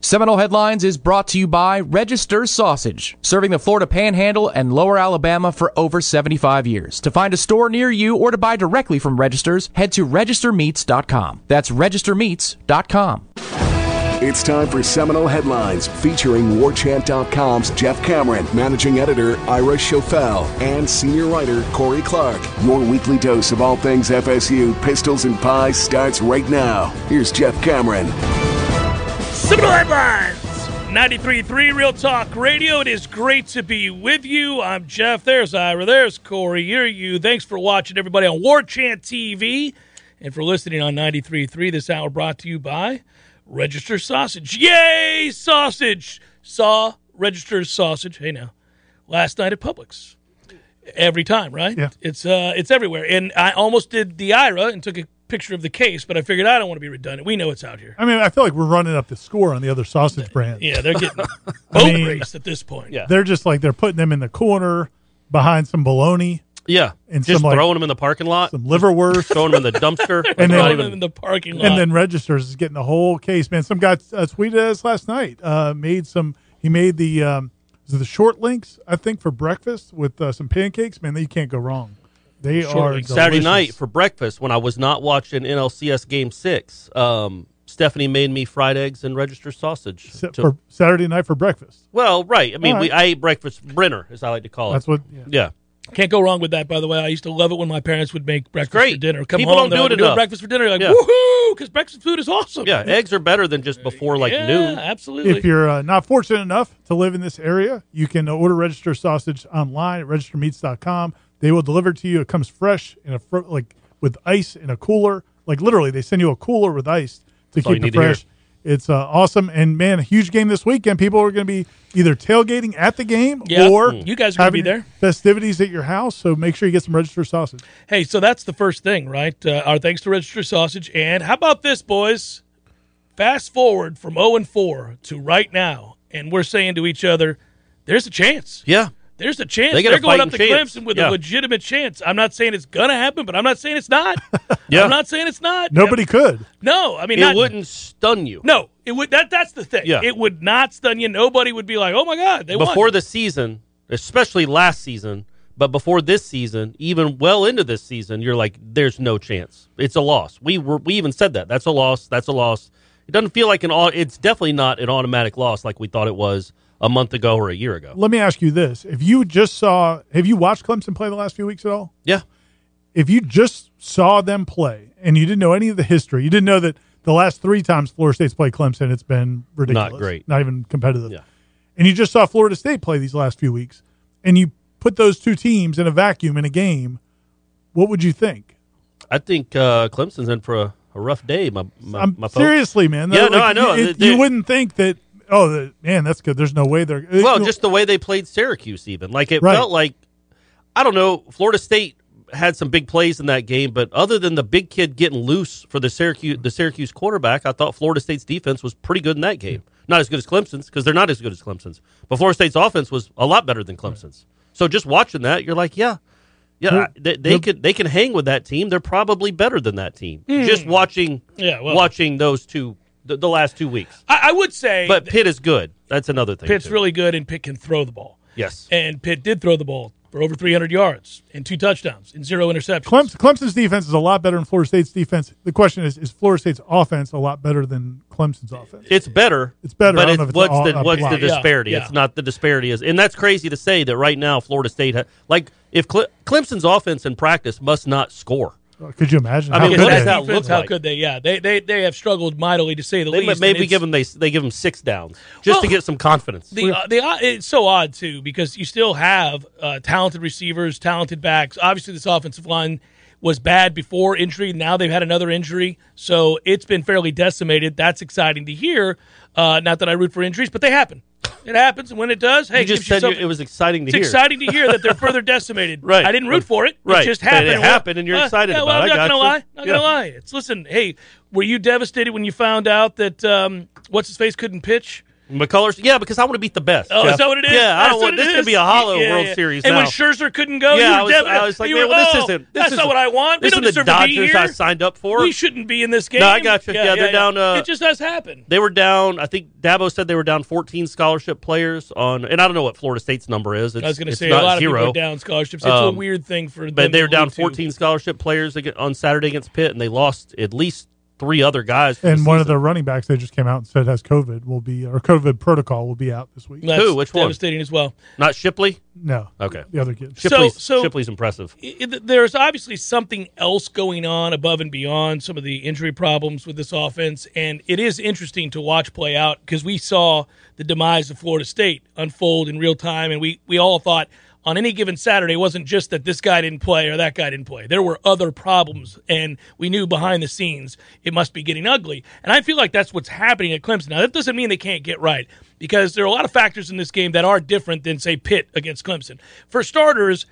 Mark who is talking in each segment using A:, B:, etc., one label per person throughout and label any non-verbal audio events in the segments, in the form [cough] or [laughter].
A: Seminole Headlines is brought to you by Register Sausage, serving the Florida Panhandle and Lower Alabama for over 75 years. To find a store near you or to buy directly from Registers, head to registermeats.com. That's registermeats.com.
B: It's time for Seminole Headlines featuring WarChant.com's Jeff Cameron, managing editor Ira Schofel, and senior writer Corey Clark. Your weekly dose of all things FSU, pistols, and pies starts right now. Here's Jeff Cameron.
C: Seminole Headlines! 93.3 Real Talk Radio. It is great to be with you. I'm Jeff. There's Ira. There's Corey. Here you. Thanks for watching, everybody, on War Chant TV and for listening on 93.3. This hour brought to you by Register Sausage. Yay, sausage! Saw Register Sausage. Hey, now. Last night at Publix. Every time, right?
D: Yeah.
C: It's, uh, it's everywhere. And I almost did the Ira and took a picture of the case, but I figured I don't want to be redundant. We know it's out here.
D: I mean, I feel like we're running up the score on the other sausage brands.
C: Yeah, they're
D: [laughs]
C: getting boat
D: mean-
C: raced at this point. Yeah,
D: They're just like they're putting them in the corner behind some bologna
E: Yeah,
D: And
E: just
D: some, like-
E: throwing them in the parking lot,
D: some liverwurst.
E: throwing them in
D: [laughs]
E: the dumpster.
D: And then-
E: not
C: throwing
E: even-
C: them in the parking lot.
D: and then registers is getting the whole case, man. Some guy uh, tweeted at us last night. Uh, made some. He made the um, was it the short links, I think, for breakfast with uh, some pancakes. Man, you can't go wrong. They are
C: links.
E: Saturday
D: delicious.
E: night for breakfast when I was not watching NLCS Game Six. Um, Stephanie made me fried eggs and register sausage.
D: Sa-
E: to-
D: for Saturday night for breakfast.
E: well, right. I mean,
D: All
E: we
D: right.
E: I ate breakfast Brenner, as I like to call it.
D: That's what. Yeah.
E: Yeah,
C: Can't go wrong with that. By the way, I used to love it when my parents would make breakfast
E: great.
C: for dinner. Come
E: People
C: home,
E: don't
C: they're
E: do it
C: like, "We're doing
E: enough."
C: breakfast for dinner. You're like
E: Yeah.
C: woohoo, because breakfast food is awesome.
E: yeah. Eggs are better than just before like
C: Yeah,
E: noon.
C: absolutely.
D: If you're uh, not fortunate enough to live in this area, you can uh, order register sausage online at registermeats.com. They will deliver it to you. It comes fresh in a fr- like with ice in a cooler. Like literally, they send you a cooler with ice to
E: all you
D: keep it
E: need to hear.
D: fresh. It's uh, awesome, and man, a huge game this weekend. People are going to be either tailgating at the game
C: Yeah, Mm-hmm.
D: or
C: you guys are gonna be
D: having
C: there.
D: festivities at your house. So make sure you get some register sausage.
C: hey, so that's the first thing, right? Uh, our thanks to Register Sausage. And how about this, boys? Fast forward from zero and four to right now, and we're saying to each other, "There's a chance."
E: Yeah,
C: There's a chance
E: They
C: they
E: got
C: are
E: a
C: going up to
E: fighting chance.
C: Clemson with
E: Yeah.
C: a legitimate chance. I'm not saying it's gonna happen, but I'm not saying
E: [laughs]
C: it's not.
E: Yeah.
C: I'm not saying it's not.
D: Nobody could.
C: No, I mean
E: it
C: not-
E: wouldn't stun you.
C: No, it would. That that's the thing.
E: Yeah.
C: It would not stun you. Nobody would be like, oh my god, they
E: before
C: won.
E: the season, especially last season, but before this season, even well into this season, you're like, there's no chance. It's a loss. We were we even said that. That's a loss. That's a loss. It doesn't feel like an. au- It's definitely not an automatic loss like we thought it was a month ago or a year ago.
D: Let me ask you this: If you just saw, have you watched Clemson play the last few weeks at all?
E: Yeah,
D: if you just saw them play and you didn't know any of the history, you didn't know that the last three times Florida State's played Clemson, it's been ridiculous.
E: great.
D: Not even competitive.
E: Yeah.
D: And you just saw Florida State play these last few weeks and you put those two teams in a vacuum in a game, what would you think?
E: I think uh, Clemson's in for a, a rough day. My my,
D: I'm
E: my folks.
D: seriously, man.
E: Yeah,
D: Like,
E: no, I know.
D: You, it-
E: They-
D: you wouldn't think that. Oh, the, man, that's good. There's no way they're.
E: Well,
D: you-
E: just the way they played Syracuse, even like it
D: Right.
E: felt like I don't know. Florida State had some big plays in that game, but other than the big kid getting loose for the Syracuse the Syracuse quarterback, I thought Florida State's defense was pretty good in that game. Not as good as Clemson's because they're not as good as Clemson's, but Florida State's offense was a lot better than Clemson's. So just watching that, you're like, yeah, yeah, I- they, they could they can hang with that team. They're probably better than that team. Just watching,
C: Yeah, well-
E: watching those two the, the last two weeks.
C: I, I would say,
E: But Pitt is good. That's another thing.
C: Pitt's
E: too.
C: really good, and Pitt can throw the ball.
E: yes.
C: And Pitt did throw the ball
D: for over 300 yards and two touchdowns and zero interceptions.
F: Clemson, Clemson's defense is a lot better than Florida State's defense. The question is, is Florida State's offense a lot better than Clemson's offense?
C: It's better.
F: It's better. I
C: But
F: don't
C: it's,
F: know if it's
C: what's
F: all
C: the
F: up
C: what's the
F: front.
D: Yeah,
C: disparity?
D: yeah.
C: It's not the disparity is, and that's crazy to say that right now Florida State ha- like if Cle- Clemson's offense in practice must not score.
F: Could you imagine?
C: I
F: how
C: mean,
F: good
D: Because
C: what
F: that
C: does
D: that
F: is?
C: that
D: defense,
C: look
D: how
C: like?
D: could they? Yeah, they, they they have struggled mightily to say the
C: They,
D: least.
C: ma- maybe
D: and
C: give
D: it's-
C: them they they give them six downs just to
D: Well,
C: get some confidence.
D: the uh, the uh, it's so odd too because you still have uh, talented receivers, talented backs. Obviously, this offensive line was bad before injury. Now they've had another injury, so it's been fairly decimated. That's exciting to hear. Uh, not that I root for injuries, but they happen. It happens, and when it does, hey,
C: you just
D: gives you
C: said you,
D: something-
C: it was exciting to
D: It's
C: hear.
D: exciting to hear that they're further decimated.
C: [laughs] Right.
D: I didn't root for it.
C: Right.
D: It just
C: But it
D: happened. uh,
C: happened and you're excited
D: yeah, well,
C: about
D: I'm
C: it.
D: not
C: I
D: gonna
C: gotcha.
D: lie. Not gonna
C: Yeah.
D: lie. It's listen. Hey, were you devastated when you found out that um, what's his face couldn't pitch?
C: McCullers, yeah, because I want to beat the best.
D: Oh,
C: Jeff.
D: is that what it is?
C: Yeah, I
D: That's
C: don't want
D: what it
C: this
D: is?
C: to be a hollow
D: Yeah,
C: World
D: yeah.
C: Series.
D: And
C: now.
D: when Scherzer couldn't go,
C: yeah,
D: you were
C: I was,
D: dev-
C: I was like,
D: you
C: man,
D: were,
C: well, this
D: oh,
C: isn't. This
D: that's
C: isn't-
D: not what I want. We
C: This
D: don't
C: isn't the
D: deserve to be
C: Dodgers I
D: here.
C: signed up for.
D: We shouldn't be in this game.
C: No, I got you. Yeah, they're down, uh,
D: it just does happen.
C: They were down. I think Dabo said they were down 14 scholarship players on, and I don't know what Florida State's number is. It's,
D: I was going to
C: it's
D: say a
C: not
D: lot
C: zero,
D: of people are down scholarships. It's a
C: Um,
D: weird thing for them.
C: but they
D: to
C: were down
D: allude to.
C: 14 scholarship players ag- on Saturday against Pitt, and they lost at least three other guys. for
F: And
C: the
F: one of
C: season.
F: the running backs they just came out and said has COVID will be or COVID protocol will be out this week.
D: That's
C: Who? Which one?
D: Devastating as well.
C: not Shipley.
F: No,
C: Okay,
F: the other kids.
D: So-
C: Shipley's,
D: so-
C: Shipley's impressive.
D: i- i- there's obviously something else going on above and beyond some of the injury problems with this offense, and it is interesting to watch play out because we saw the demise of Florida State unfold in real time, and we we all thought on any given Saturday it wasn't just that this guy didn't play or that guy didn't play. There were other problems, and we knew behind the scenes it must be getting ugly. And I feel like that's what's happening at Clemson. Now that doesn't mean they can't get right because there are a lot of factors in this game that are different than say Pitt against Clemson. For starters.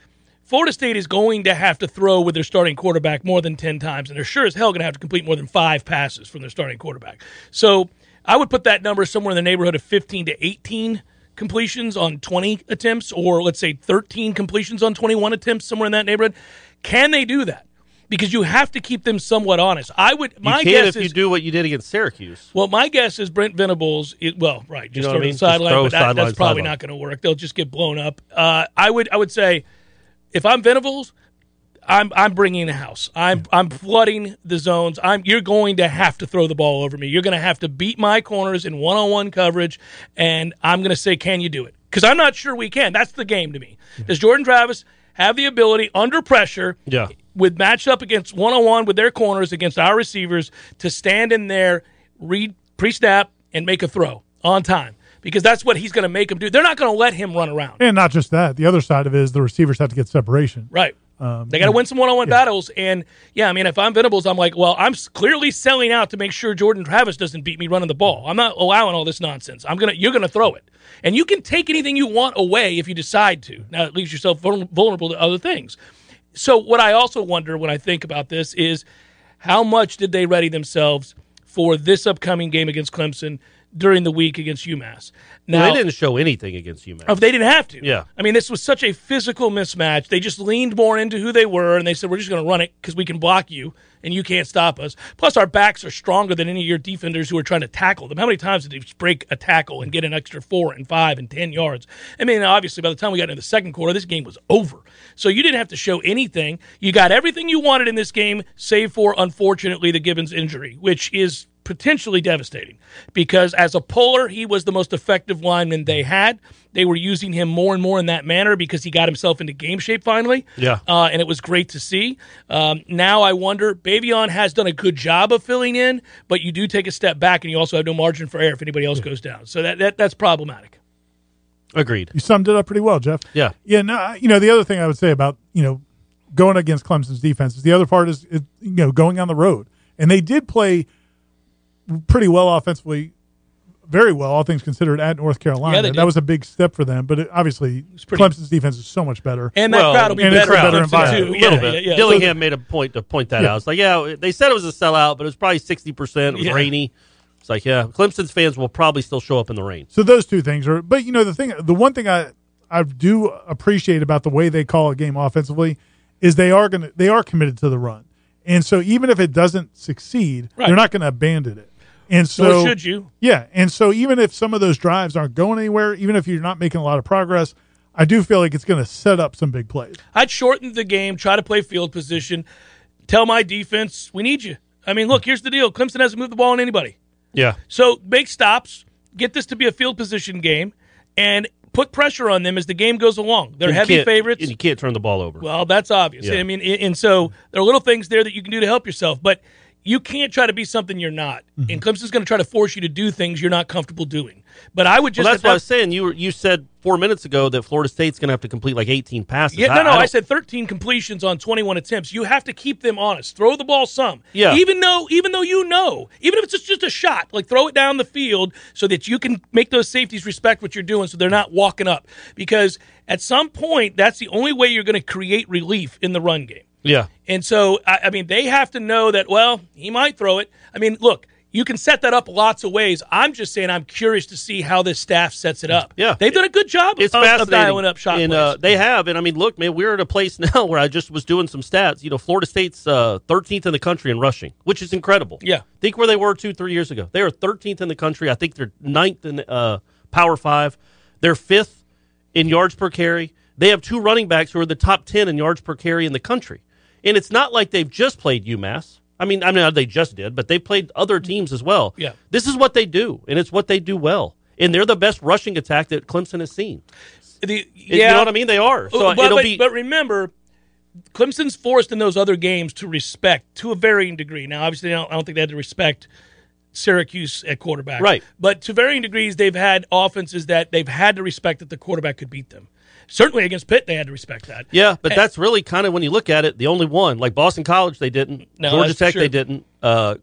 D: Florida State is going to have to throw with their starting quarterback more than 10 times, and they're sure as hell going to have to complete more than five passes from their starting quarterback. So I would put that number somewhere in the neighborhood of 15 to 18 completions on 20 attempts, or let's say 13 completions on 21 attempts, somewhere in that neighborhood. Can they do that? Because you have to keep them somewhat honest. I would.
C: You
D: My
C: can
D: guess
C: if you
D: is
C: do what you did against Syracuse.
D: well, my guess is Brent Venables. It, well, right, just throw
C: know what I
D: to
C: mean?
D: the
C: Just
D: sideline,
C: throw
D: but that, that's
C: sideline,
D: probably
C: sideline.
D: not going to work. They'll just get blown up. Uh, I would, I would say, if I'm Venables, I'm I'm bringing the house. I'm I'm flooding the zones. I'm you're going to have to throw the ball over me. You're going to have to beat my corners in one on one coverage, and I'm going to say, can you do it? Because I'm not sure we can. That's the game to me. Does Jordan Travis have the ability under pressure?
C: Yeah.
D: with matched up against one on one with their corners against our receivers to stand in there, read pre snap, and make a throw on time because that's what he's going to make them do. They're not going to let him run around.
F: And not just that, the other side of it is the receivers have to get separation. Um,
D: Right. they got to win some one on one battles. And yeah, I mean, if I'm Venables, I'm like, well, I'm s- clearly selling out to make sure Jordan Travis doesn't beat me running the ball. I'm not allowing all this nonsense. I'm gonna, you're gonna throw it, and you can take anything you want away if you decide to. Now it leaves yourself vulner- vulnerable to other things. So what I also wonder when I think about this is how much did they ready themselves for this upcoming game against Clemson during the week against UMass? Now
C: they didn't show anything against UMass.
D: if they didn't have to.
C: Yeah.
D: I mean, this was such a physical mismatch. They just leaned more into who they were, and they said, "We're just going to run it because we can block you, and you can't stop us." Plus, our backs are stronger than any of your defenders who are trying to tackle them. How many times did they just break a tackle and get an extra four and five and ten yards? I mean, obviously, by the time we got into the second quarter, this game was over. So you didn't have to show anything. You got everything you wanted in this game, save for unfortunately the Gibbons injury, which is potentially devastating because as a puller, he was the most effective lineman they had. They were using him more and more in that manner because he got himself into game shape finally.
C: Yeah.
D: Uh, and it was great to see. Um, now I wonder, Bavion has done a good job of filling in, but you do take a step back and you also have no margin for error if anybody else goes down. So that, that that's problematic.
C: Agreed.
F: You summed it up pretty well, Jeff.
C: Yeah.
F: Yeah. No. I- You know, the other thing I would say about you know going against Clemson's defense is the other part is it, you know going on the road, and they did play pretty well offensively, very well, all things considered, at North Carolina.
D: Yeah, they did.
F: that was a big step for them, but it, obviously
D: pretty-
F: Clemson's defense is so much better.
D: And that
C: Well,
D: crowd will be
F: and it's
D: better,
F: a better
D: at Clemson,
F: environment.
D: too.
C: A
D: Yeah,
C: little bit.
D: yeah, yeah.
C: Dillingham made a point to point that
F: Yeah.
C: out. It's like, yeah, they said it was a sellout, but it was probably sixty percent. It was
D: Yeah.
C: rainy. It's like, yeah, Clemson's fans will probably still show up in the rain.
F: So those two things are, but you know the thing, the one thing I I do appreciate about the way they call a game offensively is they are gonna they are committed to the run, and so even if it doesn't succeed,
D: Right.
F: they're not going to abandon it. And so
D: Nor should you.
F: Yeah, and so even if some of those drives aren't going anywhere, even if you're not making a lot of progress,
D: I do feel like it's going to set up some big plays.
C: I'd shorten the game, try to play field position, tell my defense, we need you. I mean, look, here's the deal Clemson hasn't moved the ball on anybody.
E: Yeah.
C: So make stops, get this to be a field position game, and put pressure on them as the game goes along. They're
E: You
C: heavy
E: can't-
C: favorites.
E: And you can't turn the ball over.
C: Well, that's obvious.
E: Yeah.
C: I mean, and and so there are little things there that you can do to help yourself, but you can't try to be something you're not.
E: Mm-hmm.
C: And Clemson's going to try to force you to do things you're not comfortable doing. But I would just
E: well, that's
C: at that-
E: what I was saying. You were, you said four minutes ago that Florida State's going to have to complete like 18 passes.
C: Yeah, no, no. I,
E: don't-
C: said 13 completions on 21 attempts. You have to keep them honest. Throw the ball some.
E: Yeah.
C: Even though, even though you know, even if it's just, just a shot, like throw it down the field so that you can make those safeties respect what you're doing, so they're not walking up. Because at some point, that's the only way you're going to create relief in the run game.
E: Yeah.
C: And so, I, I mean, they have to know that, well, he might throw it. I mean, look, you can set that up lots of ways. I'm just saying I'm curious to see how this staff sets it up.
E: Yeah.
C: They've done a good job
E: It's
C: of,
E: fascinating.
C: of dialing up shot
E: and,
C: plays.
E: uh, they have, and I mean, look, man, we're at a place [laughs] now where I just was doing some stats. You know, Florida State's uh, 13th in the country in rushing, which is incredible.
C: Yeah.
E: think where they were two, three years ago. They are 13th in the country. I think they're ninth in uh, Power Five. They're fifth in yards per carry. They have two running backs who are the top 10 in yards per carry in the country. And it's not like they've just played UMass. I mean, I mean, they just did, but they played other teams as well.
C: Yeah.
E: This is what they do, and it's what they do well. And they're the best rushing attack that Clemson has seen.
C: The,
E: You
C: yeah, Oh,
E: know what I mean? They are. So
C: but,
E: it'll
C: but,
E: be.
C: but remember, Clemson's forced in those other games to respect to a varying degree. Now, obviously, I don't, I don't think they had to respect Syracuse at quarterback,
E: Right.
C: But to varying degrees, they've had offenses that they've had to respect that the quarterback could beat them. Certainly against Pitt, they had to respect that.
E: yeah, but
C: Eh.
E: that's really kind of when you look at it, the only one. Like Boston College, they didn't.
C: No,
E: Georgia
C: that's
E: Tech,
C: true.
E: they didn't. Uh,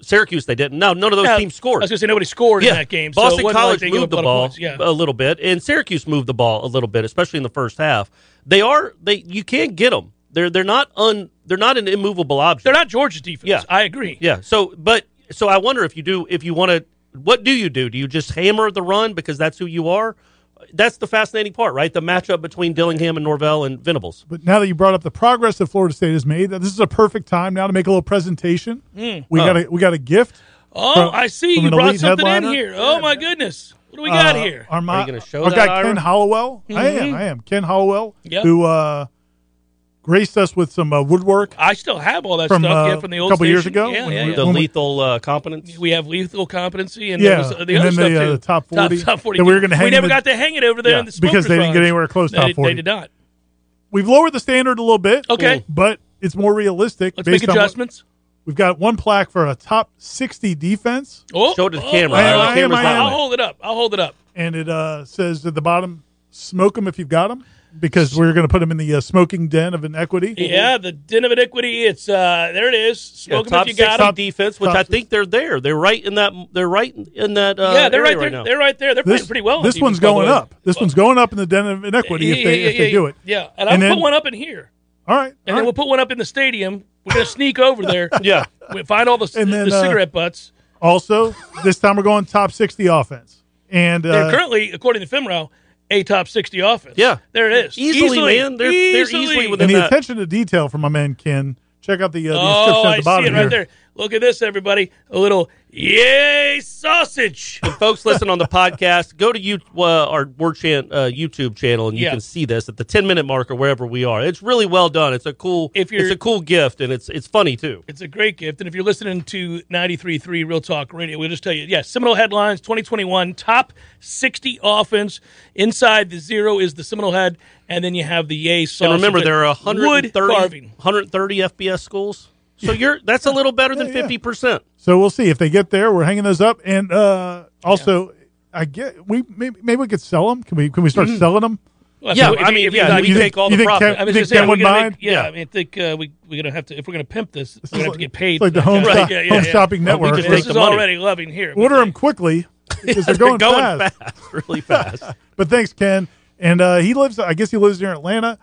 E: Syracuse, they didn't. No, none of those
C: Now,
E: teams scored.
C: I was going to say nobody scored
E: yeah.
C: in that game. so it
E: Boston
C: wasn't like
E: College
C: they gave
E: moved the
C: up a lot of
E: ball
C: points. Yeah.
E: a little bit, and Syracuse moved the ball a little bit, especially in the first half. They are they you can't get them. They're they're not un they're not an immovable object.
C: They're not Georgia's defense.
E: uh, Yeah.
C: I agree.
E: Yeah. So, but so I wonder if you do, if you want to, what do you do? Do you just hammer the run because that's who you are? That's the fascinating part, right? The matchup between Dillingham and Norvell and Venables.
D: But now that you brought up the progress that Florida State has made, that this is a perfect time now to make a little presentation. We got a we got a gift.
C: Mm. Oh,
D: From-
C: I see.
D: from
C: You
D: an
C: brought
D: elite
C: something
D: headliner?
C: in here. Oh my goodness, what do we got
D: Uh,
C: here?
D: Our,
E: Are
D: my,
E: you gonna show
D: our
E: that,
D: guy
E: Ira?
D: Ken Hollowell.
C: Mm-hmm.
D: I am. I am Ken Hollowell,
C: Yep.
D: who uh, graced us with some uh, woodwork
C: I still have all that
D: From,
C: stuff. yeah,
D: uh,
C: from the old
D: couple years
C: station.
D: ago
C: Yeah,
D: when
C: yeah,
D: we-
C: yeah.
E: The
D: When
E: lethal uh, competence.
C: We have lethal competency, and
D: Yeah,
C: there was uh, the
D: and
C: other
D: then
C: stuff
D: the, uh,
C: too.
D: the top 40
C: top, top forty.
D: that we were gonna hang
C: We
D: in
C: never
D: the-
C: got to hang it over there
E: Yeah,
C: in the
D: because
C: smokers
D: they didn't get
C: lodge.
D: anywhere close
C: They
D: top
C: did-
D: 40.
C: They did not.
D: we've lowered the standard a little bit.
C: Okay. Cool.
D: But it's more realistic.
C: Let's
D: based
C: make
D: on what-
C: adjustments.
D: we've got one plaque for a top 60 defense,
C: Oh,
E: Show it to the
C: oh,
E: camera.
C: oh,
D: Ira.
E: The
D: I am,
E: camera's
D: I
E: not
D: am.
C: I'll
E: on it.
C: hold it up. I'll hold it up.
D: and it uh, says at the bottom, smoke them if you've got them, because we're going to put them in the uh, smoking den of inequity.
C: Yeah, the den of iniquity. It's uh, there. It is.
E: Yeah,
C: Smoke 'em
E: top
C: if you got 'em.
E: sixty defense, which
D: Top
E: I think they're there. They're right in that. They're right in that. Uh,
C: yeah, they're
E: area
C: right there.
E: now.
C: they're right there. They're
D: This,
C: playing pretty well. on
D: this
C: defense,
D: one's
C: by the
D: going
C: way.
D: up. This one's going up in the den of inequity if they
C: Yeah,
D: if they
C: yeah,
D: do it.
C: Yeah, and I'll put
D: then-
C: one up in here,
D: All right.
C: and
D: all
C: then we'll
D: right.
C: put one up in the stadium. We're gonna
E: [laughs]
C: sneak over there.
E: Yeah.
C: We find all the,
D: And then,
C: the
D: uh,
C: cigarette butts.
D: Also, this time we're going top 60 offense. And
C: They're
D: uh,
C: currently, according to FIMRO, a top 60 offense.
E: Yeah.
C: There it is.
E: Easily, man. They're- they're easily within-
D: and the
E: that-
D: attention to detail from my man Ken. Check out the, uh, the
C: Oh,
D: description at
C: I
D: the
C: see
D: bottom
C: it right
D: here.
C: there. Look at this, everybody. A little yay sausage.
E: folks listen on the podcast, go to you, uh, our Word Chant uh, YouTube channel, and you
C: Yeah.
E: can see this at the ten minute mark or wherever we are. It's really well done. It's a cool.
C: If
E: [laughs]
C: you're-
E: it's a cool gift, and it's it's funny too.
C: It's a great gift. And if you're listening to 93.3 Real Talk Radio, we'll just tell you, yeah, Seminole Headlines 2021, top 60 offense. Inside the zero is the Seminole Head, and then you have the yay sausage.
E: And remember, there are
C: Wood
E: 130,
C: carving.
E: 130 FBS schools. So you're that's a little better than
D: Yeah, yeah.
E: fifty percent.
D: So we'll see if they get there. We're hanging those up, and uh, also, I get we maybe, maybe we could sell them. Can we can we start selling them?
C: Well,
E: Yeah,
C: if- if-
E: I mean,
C: Mm-hmm. if-
E: yeah,
C: if-
E: we take all the
D: you think
E: profit.
D: Kev-
C: I mean,
D: you
C: just
D: think
C: saying,
D: Ken
C: we're
D: would
C: gonna
D: mind?
C: make, yeah,
E: Yeah.
C: I mean, I think uh, we we're gonna have to if we're gonna pimp this, we're gonna have to get paid.
D: It's like the home,
C: Right,
D: stock-
C: yeah, yeah,
D: home
C: yeah.
D: shopping network.
E: just
D: We're-
E: take
C: This
E: the
C: is
E: money.
C: already loving here.
D: order them quickly because
C: [laughs]
D: they're going, fast. [laughs]
E: really fast.
D: But thanks, Ken. And uh, he lives. I guess he lives near Atlanta.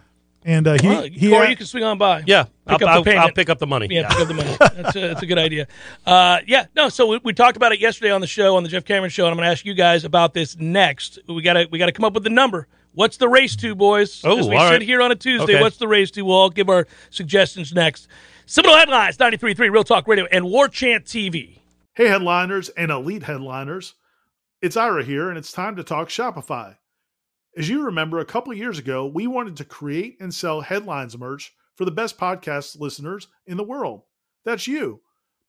D: And uh, he,
C: Well,
D: he
C: Corey, you can swing on by.
E: Yeah,
C: Pick
E: I'll,
C: up
E: I'll,
C: the payment.
E: I'll pick up the money.
C: Yeah, pick up the money. That's a, that's a good idea. Uh, yeah, no. So we, we talked about it yesterday on the show, on the Jeff Cameron show, and I'm going to ask you guys about this next. We gotta we gotta come up with the number. What's the race to, boys?
E: Oh,
C: As we
E: all
C: sit
E: right.
C: here on a Tuesday,
E: Okay.
C: what's the race to? We'll all give our suggestions next. Seminole headlines, 93.3 Real Talk Radio and War Chant TV.
G: Hey, headliners and elite headliners. It's Ira here, and it's time to talk Shopify.
D: As you remember, a couple years ago, we wanted to create and sell headlines merch for the best podcast listeners in the world. That's you.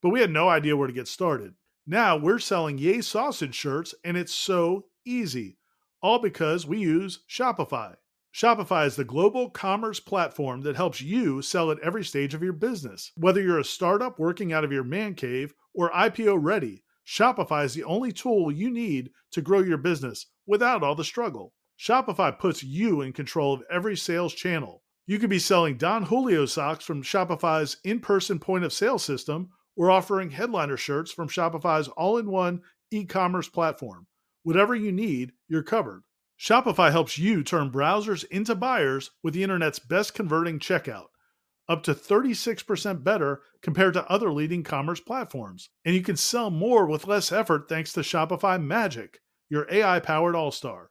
D: But we had no idea where to get started. Now we're selling Yay Sausage shirts, and it's so easy, all because we use Shopify. Shopify is the global commerce platform that helps you sell at every stage of your business. Whether you're a startup working out of your man cave or IPO ready, Shopify is the only tool you need to grow your business without all the struggle. Shopify puts you in control of every sales channel. You could be selling Don Julio socks from Shopify's in person point of sale system or offering headliner shirts from Shopify's all in one e commerce platform. Whatever you need, you're covered. Shopify helps you turn browsers into buyers with the internet's best converting checkout, up to 36% better compared to other leading commerce platforms. And you can sell more with less effort thanks to Shopify Magic, your AI powered all star.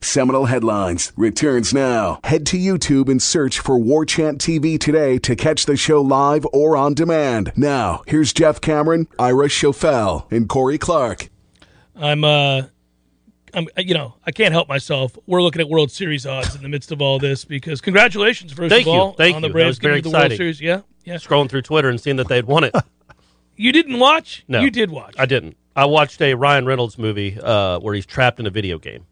B: Seminal Headlines returns now. Head to YouTube and search for War Chant TV today to catch the show live or on demand. Now, here's Jeff Cameron, Ira Schofel, and Corey Clark.
C: I'm uh I'm uh, you know, I can't help myself. We're looking at World Series odds in the midst of all this because congratulations first
E: Thank
C: of all
E: you. Thank
C: on
E: you.
C: the
E: that was
C: Braves
E: very
C: getting to the World
E: exciting.
C: Series. Yeah. Yeah.
E: Scrolling through Twitter and seeing that they'd won it.
C: You didn't watch?
E: No.
C: You did watch.
E: I didn't. I watched a Ryan Reynolds movie uh, where he's trapped in a video game.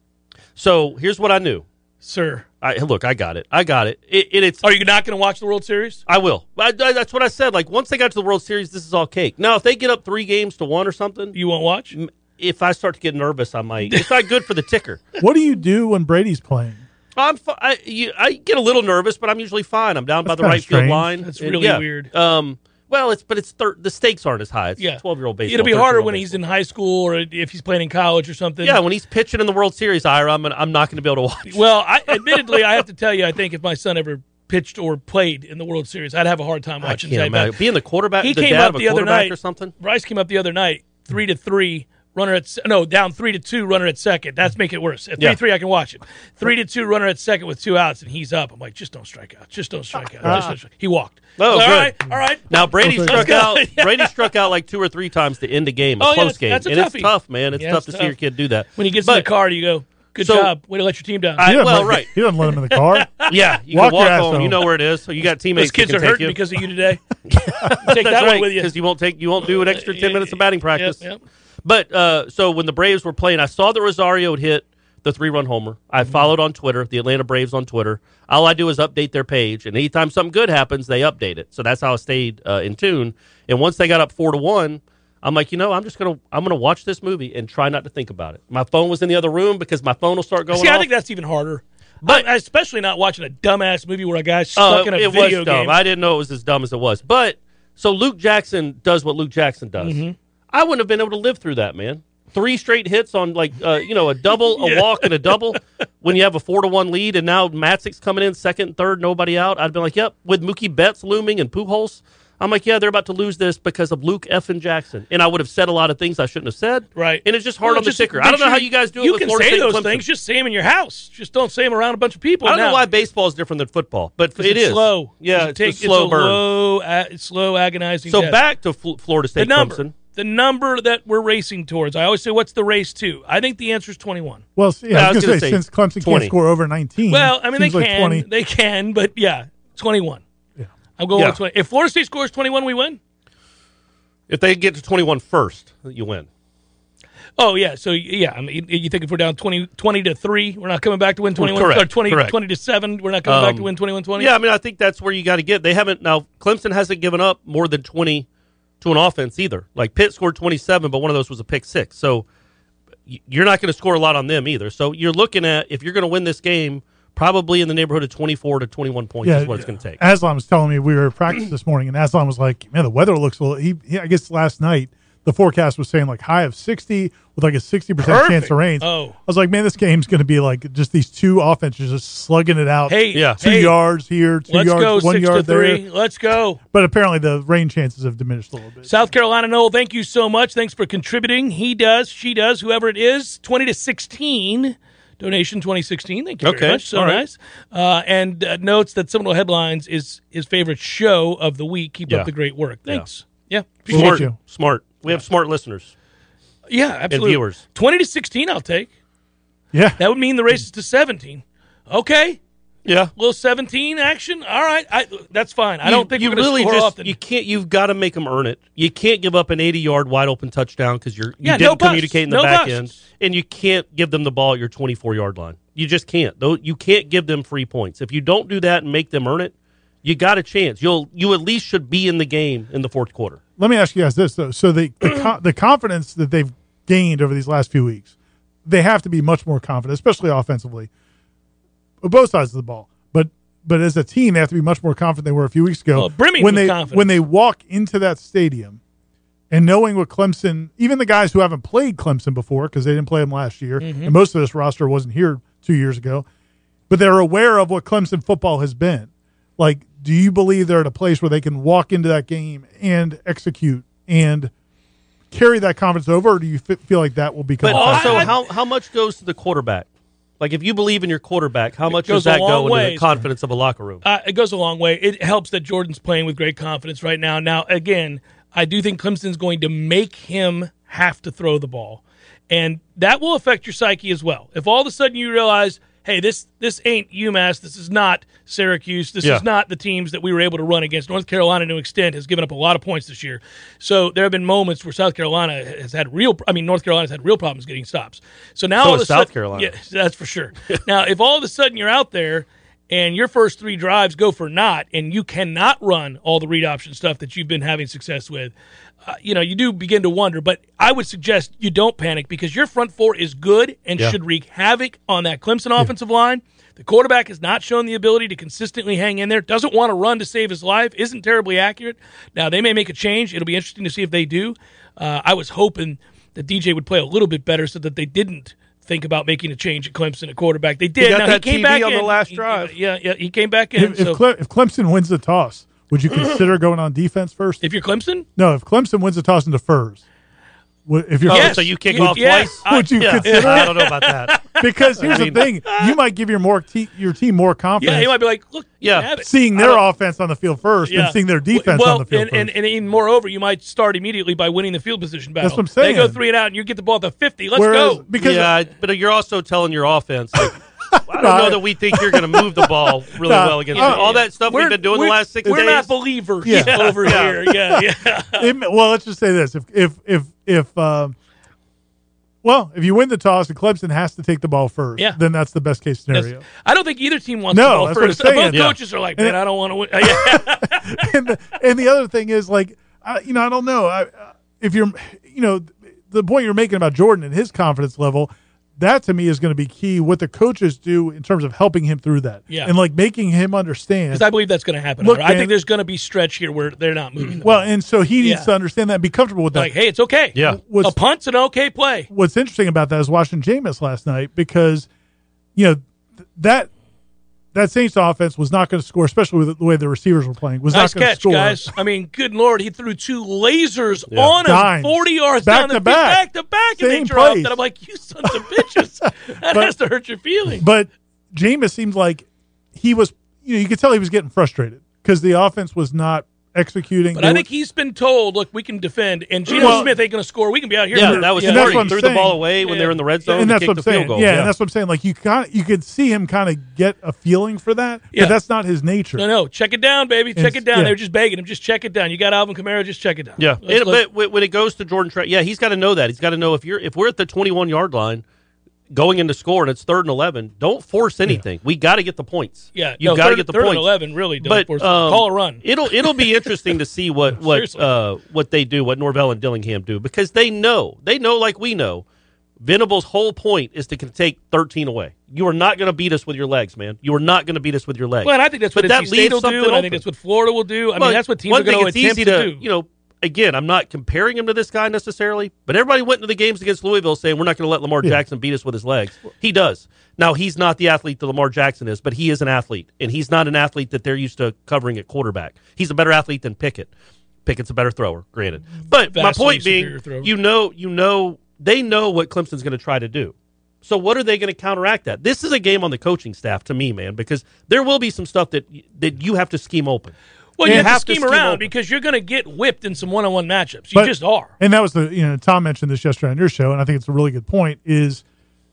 E: So here's what I knew.
C: Sir.
E: I look. I got it. I got it. It, it it's.
C: Are you not going to watch the World Series?
E: I will. I, I- that's what I said. Like once they got to the World Series, this is all cake. Now if they get up three games to one or something,
C: You won't watch?
E: if I start to get nervous, I might. It's not good for the ticker.
H: What do you do when Brady's playing?
E: I'm fi- I, you, I get a little nervous, but I'm usually fine. I'm down by
H: That's
E: the right
H: kinda
E: field
H: strange.
E: line.
C: That's
E: And-
C: really
E: yeah.
C: weird.
E: Um, well, it's but it's thir- the stakes aren't as high. It's
C: Yeah.
E: 12 year old baseball.
C: It'll be harder
E: 13-year-old
C: when he's in high school or if he's playing in college or something.
E: baseball. Yeah, when he's pitching in the World Series, Ira, I'm, I'm not going to be able to watch.
C: Well, I admittedly I have to tell you, I think if my son ever pitched or played in the World Series, I'd have a hard time
E: I
C: watching
E: can't
C: that.
E: imagine being the quarterback.
C: He
E: the
C: came
E: dad of
C: up
E: a
C: the other
E: quarterback
C: night
E: or something.
C: Bryce came up the other night, three to three, runner at se- no down three to two, runner at second. That's make it worse. At three
E: Yeah.
C: to three, I can watch it. Three to two, runner at second with two outs, and he's up. I'm like, just don't strike out, just don't strike out. Just don't strike- He walked.
E: Ah. Oh,
C: I was like,
E: good.
C: all right, all right.
E: Now Brady
C: Let's
E: struck
C: go.
E: out.
C: [laughs]
E: [laughs]
C: Yeah.
E: Brady struck out like two or three times to end the game, a
C: Oh, yeah,
E: close
C: that's-
E: game,
C: that's a
E: and it's
C: toughie.
E: tough, man. It's
C: Yeah,
E: tough
C: it's
E: to see
C: tough.
E: your kid do that
C: When he gets
E: but,
C: in the car, you go, good
E: So-
C: job, way to let your team down.
E: I,
H: He doesn't
E: well,
H: let,
E: right.
H: He doesn't let him in the car.
E: [laughs] Yeah, you
H: Walk
E: can walk
H: your ass
E: home. You
H: home.
E: know where it is. So you got teammates.
C: Those kids
E: that
C: are
E: can take
C: hurting
E: you.
C: because of
E: [laughs]
C: you today. Take that
E: That's
C: one
E: right,
C: with you.
E: because you won't take you won't do an extra ten minutes of batting practice.
C: Yep, yep.
E: But uh, so when the Braves were playing, I saw that Rosario had hit the three run homer. I followed on Twitter, the Atlanta Braves on Twitter. All I do is update their page, and anytime something good happens, they update it. So that's how I stayed uh, in tune. And once they got up four to one. I'm like, you know, I'm just gonna I'm gonna watch this movie and try not to think about it. My phone was in the other room because my phone will start going.
C: See, I
E: off.
C: think that's even harder.
E: But-
C: But especially not watching a dumbass movie where a guy's
E: Oh,
C: stuck in a
E: it
C: video
E: was
C: game.
E: dumb. I didn't know it was as dumb as it was. But so Luke Jackson does what Luke Jackson does.
C: Mm-hmm.
E: I wouldn't have been able to live through that, man. Three straight hits on like uh, you know a double,
C: [laughs]
E: a walk, and a double. When you have a four to one lead, and now Matzik's coming in second, and third, nobody out. I'd been like, yep. With Mookie Betts looming and Pujols, I'm like, yeah, they're about to lose this because of Luke F and Jackson. And I would have said a lot of things I shouldn't have said.
C: Right.
E: And it's just hard
C: Well,
E: on the
C: just
E: ticker.
C: make
E: I don't know
C: sure
E: how you guys do it.
C: You
E: with
C: can
E: Florida
C: say
E: State and
C: those
E: Clemson.
C: things. Just say them in your house. Just don't say them around a bunch of people.
E: I don't know
C: now.
E: why baseball is different than football, but
C: 'Cause
E: it
C: it's
E: is
C: slow.
E: Yeah,
C: it
E: it's,
C: take-
E: a slow
C: a
E: burn.
C: Low, a- it's slow, agonizing.
E: So
C: death.
E: back to Fl- Florida
C: the
E: State
C: number,
E: Clemson.
C: the number that we're racing towards. I always say, what's the race to? I think the answer is twenty-one.
H: Well, see,
E: Yeah,
H: I was going to say, since Clemson
E: 20.
H: can't score over
E: Hmm.
H: 19,
C: Well, I mean, they
H: seems like
C: can,
H: 20.
C: they can, but yeah, twenty-one. I'm going
E: Yeah.
C: with twenty. If Florida State scores twenty-one, we win.
E: If they get to 21 first, you win.
C: Oh yeah, so yeah, I mean, you think if we're down 20, 20 to three, we're not coming back to win twenty one.
E: Correct,
C: Or 20,
E: correct.
C: 20 to seven, we're not coming back
E: Um,
C: to win 21-20?
E: Yeah, I mean, I think that's where you got to get. They haven't now. Clemson hasn't given up more than 20 to an offense either. Like Pitt scored 27, but one of those was a pick six. So y- you're not going to score a lot on them either. So you're looking at if you're going to win this game, probably in the neighborhood of 24 to 21 points is what it's going to take.
H: Aslam was telling me we were at practice this morning, and Aslam was like, "Man, the weather looks a little." He, he I guess last night
D: the forecast was saying like high of 60 with like a 60% chance
C: Perfect.
D: of rain.
C: Oh.
D: I was like, man, this game's going to be like just these two offenses just slugging it out.
C: Hey, Yeah.
D: two
C: hey,
D: yards here, 2
C: Let's
D: yards,
C: go
D: one
C: six to
D: yard there.
C: three. Let's go.
D: But apparently the rain chances have diminished a little bit.
C: South Carolina Noel, thank you so much. Thanks for contributing. He does, she does, whoever it is. 20 to 16, donation 2016. Thank you
E: Okay.
C: very much. So
E: All right.
C: nice. Uh, and uh, notes that Seminole Headlines is his favorite show of the week. Keep
E: Yeah.
C: up the great work. Thanks. Yeah.
D: Appreciate
E: smart,
D: you.
E: smart. We have smart listeners.
C: Yeah, absolutely.
E: viewers.
C: 20 to 16, I'll take.
D: Yeah.
C: That would mean the race is to 17. Okay.
E: Yeah,
C: Little 17 action. All right. I, that's fine. I don't think
E: you
C: we're going to
E: really
C: score
E: just
C: often.
E: you can't. You've got to make them earn it. You can't give up an eighty-yard wide open touchdown because you're you
C: Yeah, no
E: didn't
C: busts,
E: communicate in the
C: no
E: back
C: busts.
E: end, and you can't give them the ball at your twenty-four yard line. You just can't. Though you can't give them free points if you don't do that and make them earn it. You got a chance. You'll you at least should be in the game in the fourth quarter.
D: Let me ask you guys this though. So the the, co- the confidence that they've gained over these last few weeks, they have to be much more confident, especially offensively, on both sides of the ball. But but as a team, they have to be much more confident than they were a few weeks ago.
C: Well, brimming
D: when
C: with
D: they
C: confidence.
D: when they walk into that stadium, and knowing what Clemson, even the guys who haven't played Clemson before because they didn't play them last year,
C: Mm-hmm.
D: and most of this roster wasn't here two years ago, but they're aware of what Clemson football has been. Like, do you believe they're at a place where they can walk into that game and execute and carry that confidence over, or do you f- feel like that will become?
E: But
C: Well,
E: also,
C: I-
E: how how much goes to the quarterback? Like if you believe in your quarterback, how much
C: goes
E: does
C: a
E: that
C: long
E: go into the
C: ways.
E: confidence of a locker room?
C: uh, it goes a long way. It helps that Jordan's playing with great confidence right now. Now, again, I do think Clemson's going to make him have to throw the ball, and that will affect your psyche as well. If all of a sudden you realize, hey, this this ain't UMass, this is not Syracuse, this
E: Yeah.
C: is not the teams that we were able to run against. North Carolina, to an extent, has given up a lot of points this year. So there have been moments where South Carolina has had real, I mean, North Carolina's had real problems getting stops. So now
E: So
C: all
E: is
C: of a
E: South
C: sudden-
E: Carolina.
C: Yeah, [laughs] that's for sure. now, if all of a sudden you're out there and your first three drives go for naught, and you cannot run all the read option stuff that you've been having success with, uh, you know you do begin to wonder. But I would suggest you don't panic because your front four is good and
E: Yeah.
C: should wreak havoc on that Clemson offensive line. The quarterback has not shown the ability to consistently hang in there. Doesn't want to run to save his life. Isn't terribly accurate. Now they may make a change. It'll be interesting to see if they do. Uh, I was hoping that DJ would play a little bit better so that they didn't think about making a change at Clemson at quarterback. They did.
I: got
C: now,
I: that
C: he came
I: TD
C: back
I: on the
C: in.
I: last
C: He-
I: drive.
C: Uh, yeah, yeah, he came back in.
D: if, if,
C: so
D: Cle- if Clemson wins the toss, would you consider going on defense first?
C: if you're Clemson,
D: no, if Clemson wins the toss and defers, wh- if you're
E: Oh,
C: Yes.
E: so you kick
C: You-
E: off
C: yes.
E: twice?
D: would you
E: yeah,
D: consider
E: I
D: it?
E: don't know about that.
D: [laughs] Because here's the
E: mean-
D: thing: you might give your more te- your team more confidence.
C: yeah, he might be like, look,
E: Yeah.
C: have it.
D: seeing
C: I
D: their
C: don't-
D: offense on the field first
C: Yeah.
D: and seeing their defense
C: well,
D: on the field
C: and, and,
D: first.
C: and, even moreover, you might start immediately by winning the field position battle.
D: That's what I'm
C: They go
D: saying.
C: three and out, and you get the ball at the 50. Let's
D: Whereas-
C: go.
D: Because
E: yeah, but you're also telling your offense.
D: [laughs]
E: Like, I don't
D: Right.
E: know that we think you're going to move the ball really
D: Nah. Uh,
E: well against
D: Yeah,
E: them. all that stuff we've been doing the
C: we're-
E: last 6
C: We're
E: days.
C: not believers
D: Yeah.
C: [laughs] over here. Yeah, yeah.
D: [laughs] it, well, let's just say this: if if if if um, well, if you win the toss and Clemson has to take the ball first,
C: Yeah.
D: then that's the best case scenario.
C: I don't think either team wants
D: No,
C: the ball
D: that's what I'm
C: first.
D: saying.
C: Both
D: Yeah.
C: coaches are like, man, I don't want to win. [laughs] Yeah.
D: and, the, and the other thing is like I, you know I don't know I, I- if you're you know the point you're making about Jordan and his confidence level that to me is going to be key what the coaches do in terms of helping him through that
C: Yeah.
D: and like making him understand
C: Because I believe that's going to happen.
D: Look,
C: I
D: man-
C: think there's going to be stretch here where they're not
D: [clears throat]
C: moving. the
D: well
C: ball.
D: and so he needs
C: Yeah.
D: to understand that and be comfortable with that
C: like, hey, it's okay.
E: Yeah.
D: What's-
C: a punt's an okay play.
D: what's interesting about that is watching Jameis last night because, you know, th- that that Saints offense was not going to score, especially with the way the receivers were playing. Was
C: Nice
D: not going to
C: catch,
D: score.
C: guys. I mean, good lord, he threw two lasers on him,
D: Dimes.
C: forty yards
D: Back
C: down the
D: to
C: field,
D: back.
C: back to back, and they
D: Same
C: dropped.
D: place.
C: And I'm like, you sons of
D: [laughs]
C: bitches, that has to hurt your feelings.
D: But Jameis seemed like he was, you know, you could tell he was getting frustrated because the offense was not executing.
C: But
D: They
C: I
D: were-
C: think he's been told, look, we can defend, and Geno
D: Well-
C: Smith ain't going to score. We can be out here.
E: yeah,
C: for-
E: that was
D: And
E: yeah,
D: that's what I'm
E: Threw the
D: saying.
E: ball away when they were in the red zone.
D: and
E: to
D: that's
E: kick
D: what I'm
E: the
D: saying.
E: Field goal.
D: Yeah, and that's what I'm saying. Like you kind, you could see him kind of get a feeling for that,
C: Yeah.
D: but that's not his nature.
C: No, no, check it down, baby. Check
D: It's-
C: it down.
D: yeah.
C: They were just begging him, just check it down. You got Alvin Kamara, just check it down.
E: Yeah,
C: Let's-
E: It-
C: let's-
E: but when it goes to Jordan Trout, yeah, he's got to know that. He's got to know if you're if we're at the 21 yard line, going into score and it's third and 11. Don't force anything. We got to get the points.
C: Yeah,
E: you
C: no,
E: got to
C: third-
E: get the
C: third and
E: points.
C: 11 really don't
E: But,
C: force-
E: um,
C: call a run.
E: It'll it'll be interesting to see what
C: [laughs]
E: what
C: Seriously.
E: uh, what they do, what Norvell and Dillingham do, because they know they know like we know. Venable's whole point is to can take 13 away. You are not going to beat us with your legs, man. You are not going to beat us with your legs.
C: well, and I think that's
E: But
C: what
E: that
C: NC
E: leaves
C: State will do,
E: something
C: and I think
E: open.
C: that's what Florida will do. I
E: Well,
C: mean, that's what teams
E: one
C: are going
E: thing
C: to
E: it's
C: attempt
E: easy
C: to do.
E: You know, again, I'm not comparing him to this guy necessarily, but everybody went into the games against Louisville saying we're not going to let Lamar
D: Yeah.
E: Jackson beat us with his legs. He does. Now he's not the athlete that Lamar Jackson is, but he is an athlete, and he's not an athlete that they're used to covering at quarterback. He's a better athlete than Pickett. Pickett's a better thrower, granted. But my
C: Vastly
E: point being,
C: superior thrower.
E: you know, you know, they know what Clemson's going to try to do. So what are they going to counteract that? This is a game on the coaching staff, to me, man, because there will be some stuff that that you have to scheme open.
C: Well, you
E: Yeah.
C: have
E: Have
C: to
E: to
C: scheme
E: scheme
C: around
E: open.
C: because you're going to get whipped in some one-on-one matchups. You
D: But-
C: just are.
D: And that was the you know Tom mentioned this yesterday on your show, and I think it's a really good point. Is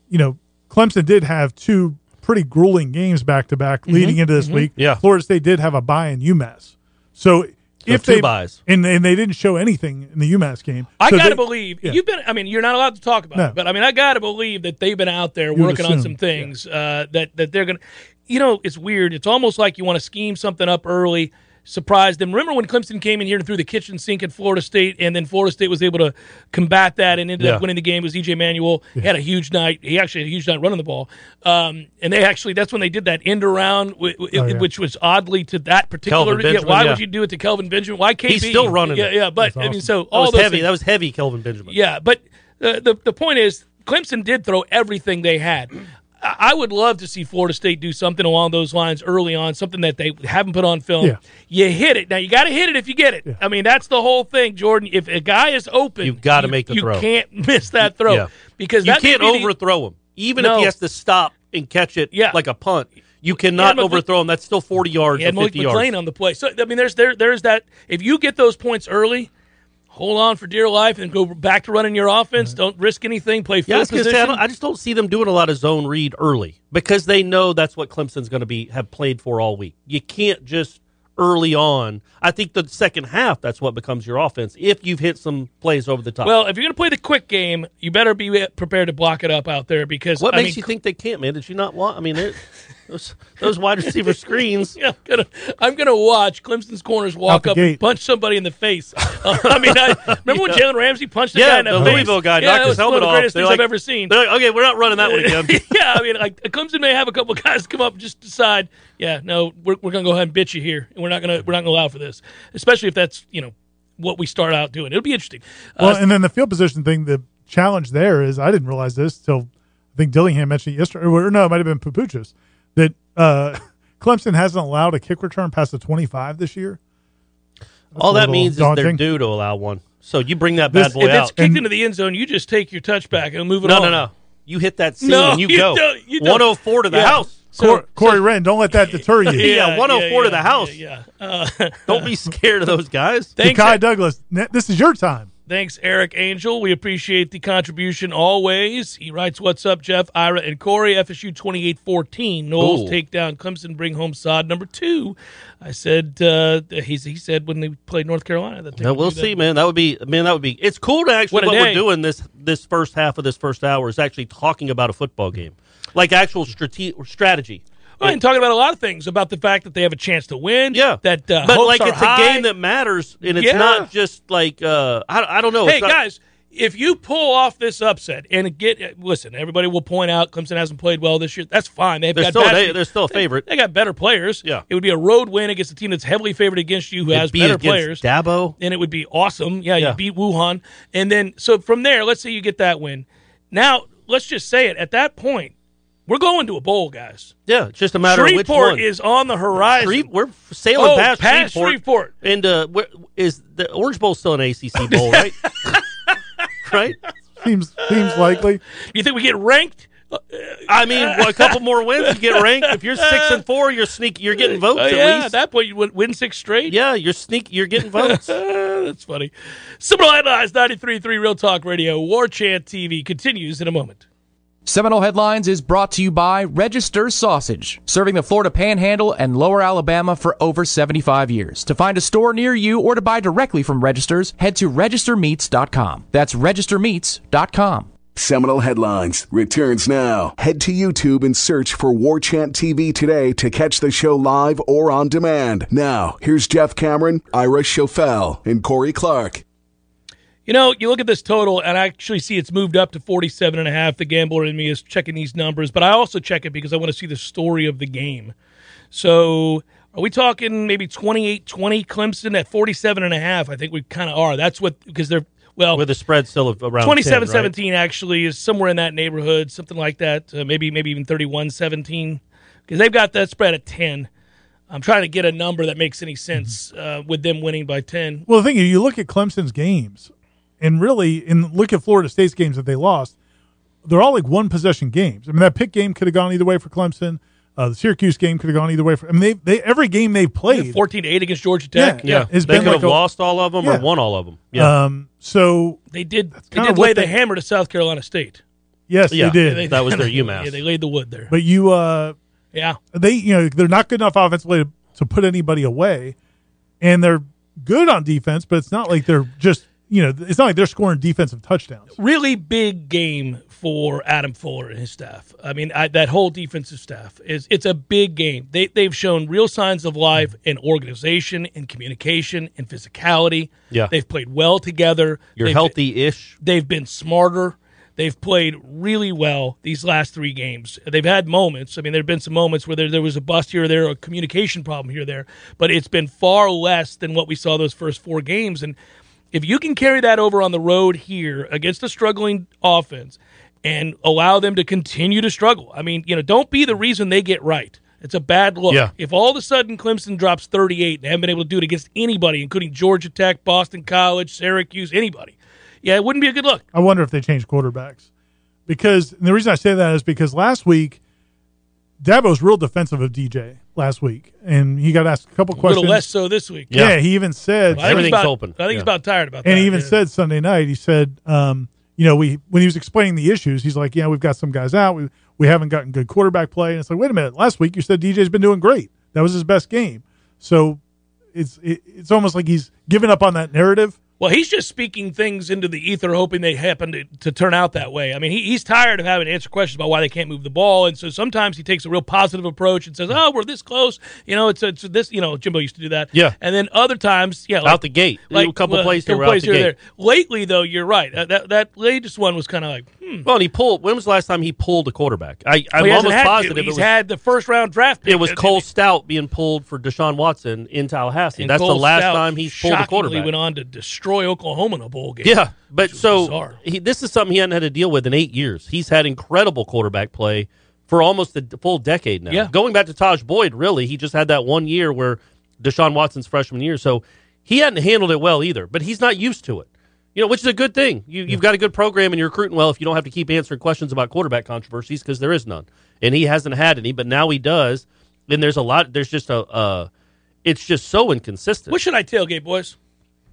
D: you know Clemson did have two pretty grueling games back to back leading into this week.
E: Mm-hmm, Yeah.
D: Florida State did have a bye in UMass, so if
E: two
D: they
E: byes.
D: and and they didn't show anything in the UMass game,
C: I
D: So
C: gotta
D: they-
C: believe
D: yeah.
C: you've been. I mean, you're not allowed to talk about
D: No.
C: it, but I mean, I gotta believe that they've been out there
D: would
C: working on
D: assume,
C: some things uh, that that they're gonna. You know, it's weird. It's almost like you want to scheme something up early, surprise them. Remember when Clemson came in here and threw the kitchen sink at Florida State, and then Florida State was able to combat that and ended
E: Yeah.
C: up winning the game. It was EJ Manuel He had a huge night. He actually had a huge night running the ball, um, and they actually that's when they did that end around, wi- wi-
D: Oh, yeah.
C: which was oddly to that particular.
E: Kelvin Benjamin,
C: why
E: yeah.
C: would you do it to Kelvin Benjamin? Why KB?
E: still running
C: Yeah,
E: it.
C: yeah. But
D: That's
C: I mean,
D: awesome.
C: so
E: That
C: all
E: was
C: those
E: heavy.
C: things-
E: That was heavy, Kelvin Benjamin.
C: yeah, but uh, the the point is, Clemson did throw everything they had. I I would love to see Florida State do something along those lines early on, something that they haven't put on film.
D: Yeah.
C: You hit it now. You got to hit it if you get it. I mean, that's the whole thing, Jordan. If a guy is open,
E: You've gotta make the
C: you
E: throw.
C: can't [laughs] miss that throw
E: Yeah.
C: because
E: you
C: that may
E: can't
C: be the-
E: overthrow him, even
C: No.
E: if he has to stop and catch it
C: Yeah.
E: like a punt. You cannot
C: but-
E: overthrow him. That's still forty yards
C: He had
E: or
C: Malik
E: fifty
C: McLean
E: yards.
C: on the play. So I mean, there's there there's that. If you get those points early, hold on for dear life and go back to running your offense. Don't risk anything. Play
E: Yeah, I,
C: field
E: was gonna say, I,
C: position.
E: don't- I just don't see them doing a lot of zone read early because they know that's what Clemson's going to be have played for all week. You can't just early on. I think the second half that's what becomes your offense if you've hit some plays over the top.
C: Well, if you're going to play the quick game, you better be prepared to block it up out there because
E: what
C: I
E: makes you
C: mean,
E: think they can't, man? Did you not want? I mean, it, those, those wide receiver screens.
C: Yeah, [laughs] I'm gonna I'm gonna watch Clemson's corners walk
D: the
C: up and
D: gate.
C: punch somebody in the face. [laughs] I mean, I remember when Jalen Ramsey punched the guy
E: Yeah,
C: in the,
E: the
C: face?
E: Louisville guy
C: Yeah,
E: knocked
C: that
E: his
C: was one
E: helmet
C: of the
E: off.
C: greatest
E: They're
C: things
E: like-
C: I've ever seen.
E: They're like, okay, we're not running that one
C: [laughs]
E: again.
C: yeah, I mean, like Clemson may have a couple guys come up and just decide, yeah, no, we're, we're gonna go ahead and bitch you here, and we're not gonna we're not gonna allow for this, especially if that's you know what we start out doing. It'll be interesting. Uh,
D: Well, and then the field position thing, the challenge there is I didn't realize this till I think Dillingham mentioned it yesterday, or no, it might have been Papuchas, that uh, Clemson hasn't allowed a kick return past the 25 this year.
E: All
D: a
E: that
D: little
E: means is they're
D: daunting.
E: due to allow one. So you bring that
D: This-
E: bad boy
C: if it's
E: out.
C: kicked
D: And-
C: into the end zone, you just take your touchback and move it
E: No,
C: on.
E: no, no. You hit that
D: [laughs]
E: seam
C: No,
E: and you,
C: you
E: go.
C: don't- you don't.
E: 104 to the
C: Yeah.
E: house.
C: So-
D: Cor- Corey Wren, don't let that deter you.
E: [laughs] Yeah, 104 to the
C: yeah,
E: house.
C: Yeah. yeah. Uh,
E: [laughs] Don't be scared of those guys.
C: [laughs] thanks,
D: Kai Douglas, ne- this is your time.
C: Thanks, Eric Angel. We appreciate the contribution always. He writes, What's up, Jeff, Ira, and Corey? FSU 28-14. Knowles
E: Ooh.
C: take down Clemson, bring home sod number two. I said, uh, he's, he said when they played North Carolina. That they
E: No,
C: would
E: we'll
C: do that.
E: see, man. That would be, man. That would be. It's cool to actually
C: What a
E: what,
C: day.
E: we're doing this this first half of this first hour is actually talking about a football game, like actual strate- strategy.
C: Well, and talking about a lot of things, about the fact that they have a chance to win.
E: Yeah,
C: That uh,
E: but
C: hopes
E: like
C: are
E: it's
C: high.
E: a game that matters, and it's
C: Yeah.
E: not just like uh, I, I don't know.
C: Hey
E: It's not-
C: guys, if you pull off this upset and get uh, listen, everybody will point out Clemson hasn't played well this year. That's fine. They've
E: They're
C: got
E: still-
C: better-
E: they- they're still a
C: they-
E: favorite.
C: They, got better players.
E: Yeah.
C: it would be a road win against a team that's heavily favored against you, who
E: It'd
C: has
E: be
C: better
E: against
C: players.
E: Dabo.
C: and it would be awesome. Yeah,
E: Yeah.
C: you beat Wuhan, and then so from there, let's say you get that win. Now let's just say it. At that point, we're going to a bowl, guys.
E: Yeah, it's just a matter of which
C: Shreveport
E: one.
C: is on the horizon.
E: Shreve- we're sailing
C: Oh,
E: past,
C: past Shreveport.
E: And uh, where, is the Orange Bowl still an
C: [laughs]
E: ACC bowl, right? right?
D: Seems seems likely.
C: You think we get ranked?
E: I mean, a couple more wins, you get ranked. If you're six and four, you're sneak. You're getting votes
C: Oh,
E: at
C: yeah, at
E: least.
C: that point you would win six straight.
E: yeah, you're sneak. You're getting votes.
C: [laughs] That's funny. Super Headlines 93.3 Real Talk Radio, War Chant TV continues in a moment.
A: Seminole Headlines is brought to you by Register Sausage, serving the Florida Panhandle and Lower Alabama for over 75 years. To find a store near you or to buy directly from Registers, head to registermeats.com. That's registermeats.com.
B: Seminole Headlines returns now. Head to YouTube and search for War Chant TV today to catch the show live or on demand. Now, here's Jeff Cameron, Ira Schofel, and Corey Clark.
C: You know, you look at this total, and I actually see it's moved up to 47 and a half. The gambler in me is checking these numbers, but I also check it because I want to see the story of the game. So Are we talking maybe 28 20 Clemson at 47 and a half? I think we kind of are. That's what, because they're, well,
E: with the spread still around 10,
C: 27
E: right?
C: 17 actually is somewhere in that neighborhood, something like that. Uh, maybe maybe even 31 17 because they've got that spread at 10. I'm trying to get a number that makes any sense
E: Mm-hmm.
C: uh, with them winning by 10.
D: Well, the thing is, you look at Clemson's games, and really, in look at Florida State's games that they lost, they're all like one possession games. I mean, that pick game could have gone either way for Clemson. Uh, the Syracuse game could have gone either way. For, I mean, they, they every game they played,
C: 14 to 8 against Georgia Tech.
D: Yeah,
E: They
D: it's
E: could
D: been
E: have
D: like a-
E: lost all of them or
D: Yeah.
E: won all of them. Yeah.
D: Um, so
C: They did, they
D: kinda
C: did
D: what
C: lay the
D: they-
C: hammer to South Carolina State.
D: yes,
E: Yeah,
D: they did.
C: They-
E: That was
D: [laughs]
E: their UMass.
C: [laughs] Yeah, they laid the wood there.
D: but you, uh,
C: Yeah.
D: they you know they're not good enough offensively to, to put anybody away, and they're good on defense, but it's not like they're just you know it's not like they're scoring defensive touchdowns.
C: really big game for Adam Fuller and his staff. I mean, I, that whole defensive staff is it's a big game. They they've shown real signs of life in organization, in communication, in physicality.
E: Yeah.
C: they've played well together.
E: You're
C: They've-
E: healthy ish.
C: They've been smarter. They've played really well these last three games. They've had moments. I mean, there have been some moments where there, there was a bust here or there, a communication problem here or there, but it's been far less than what we saw those first four games. And if you can carry that over on the road here against a struggling offense and allow them to continue to struggle, I mean, you know, don't be the reason they get right. It's a bad look.
E: Yeah.
C: If all of a sudden Clemson drops 38 and they haven't been able to do it against anybody, including Georgia Tech, Boston College, Syracuse, anybody, yeah, it wouldn't be a good look.
D: I wonder if they change quarterbacks because and the reason I say that is because last week Dabo was real defensive of DJ last week, and he got asked a couple
C: A little
D: questions.
C: less so this week.
D: yeah. he even said
C: I think he's
E: Everything's
C: about-
E: open.
C: I think he's
E: Yeah.
C: about tired about that.
D: And he even
C: yeah.
D: said Sunday night, he said, um, you know, we when he was explaining the issues, he's like, yeah, we've got some guys out. We we haven't gotten good quarterback play. And it's like, wait a minute, last week you said DJ's been doing great. That was his best game. So it's it, it's almost like he's giving up on that narrative.
C: Well, he's just speaking things into the ether, hoping they happen to, to turn out that way. I mean, he, he's tired of having to answer questions about why they can't move the ball, and so sometimes he takes a real positive approach and says, "Oh, we're this close," you know. It's, it's this, you know. Jimbo used to do that,
E: Yeah.
C: And then other times, yeah,
E: Out the gate. a couple
C: well,
E: plays here,
C: couple
E: we're out
C: plays
E: the
C: here or
E: gate.
C: there. Lately, though, you're right. Uh, that that latest one was kind of like, hmm.
E: Well, and he pulled. When was the last time he pulled a quarterback? I, I'm
C: Well, he hasn't
E: almost
C: had to.
E: positive it
C: He's
E: was,
C: had the first round draft. Pick.
E: it was
C: And-
E: Cole Stout being pulled for Deshaun Watson in Tallahassee.
C: and
E: That's
C: Cole
E: the last
C: Stout
E: time he's pulled a
C: shockingly
E: quarterback.
C: Went on to destroy Oklahoma in a bowl game.
E: Yeah, but
C: which was
E: so
C: bizarre.
E: he, this is something he hadn't had to deal with in eight years. He's had incredible quarterback play for almost a d- full decade now.
C: Yeah.
E: Going back to Taj Boyd, really, he just had that one year where Deshaun Watson's freshman year, so he hadn't handled it well either. But he's not used to it, you know, which is a good thing. You, You've got a good program and you're recruiting well if you don't have to keep answering questions about quarterback controversies because there is none, and he hasn't had any, but now he does. And there's a lot. There's just a. Uh, it's just so inconsistent.
C: What should I tailgate, boys?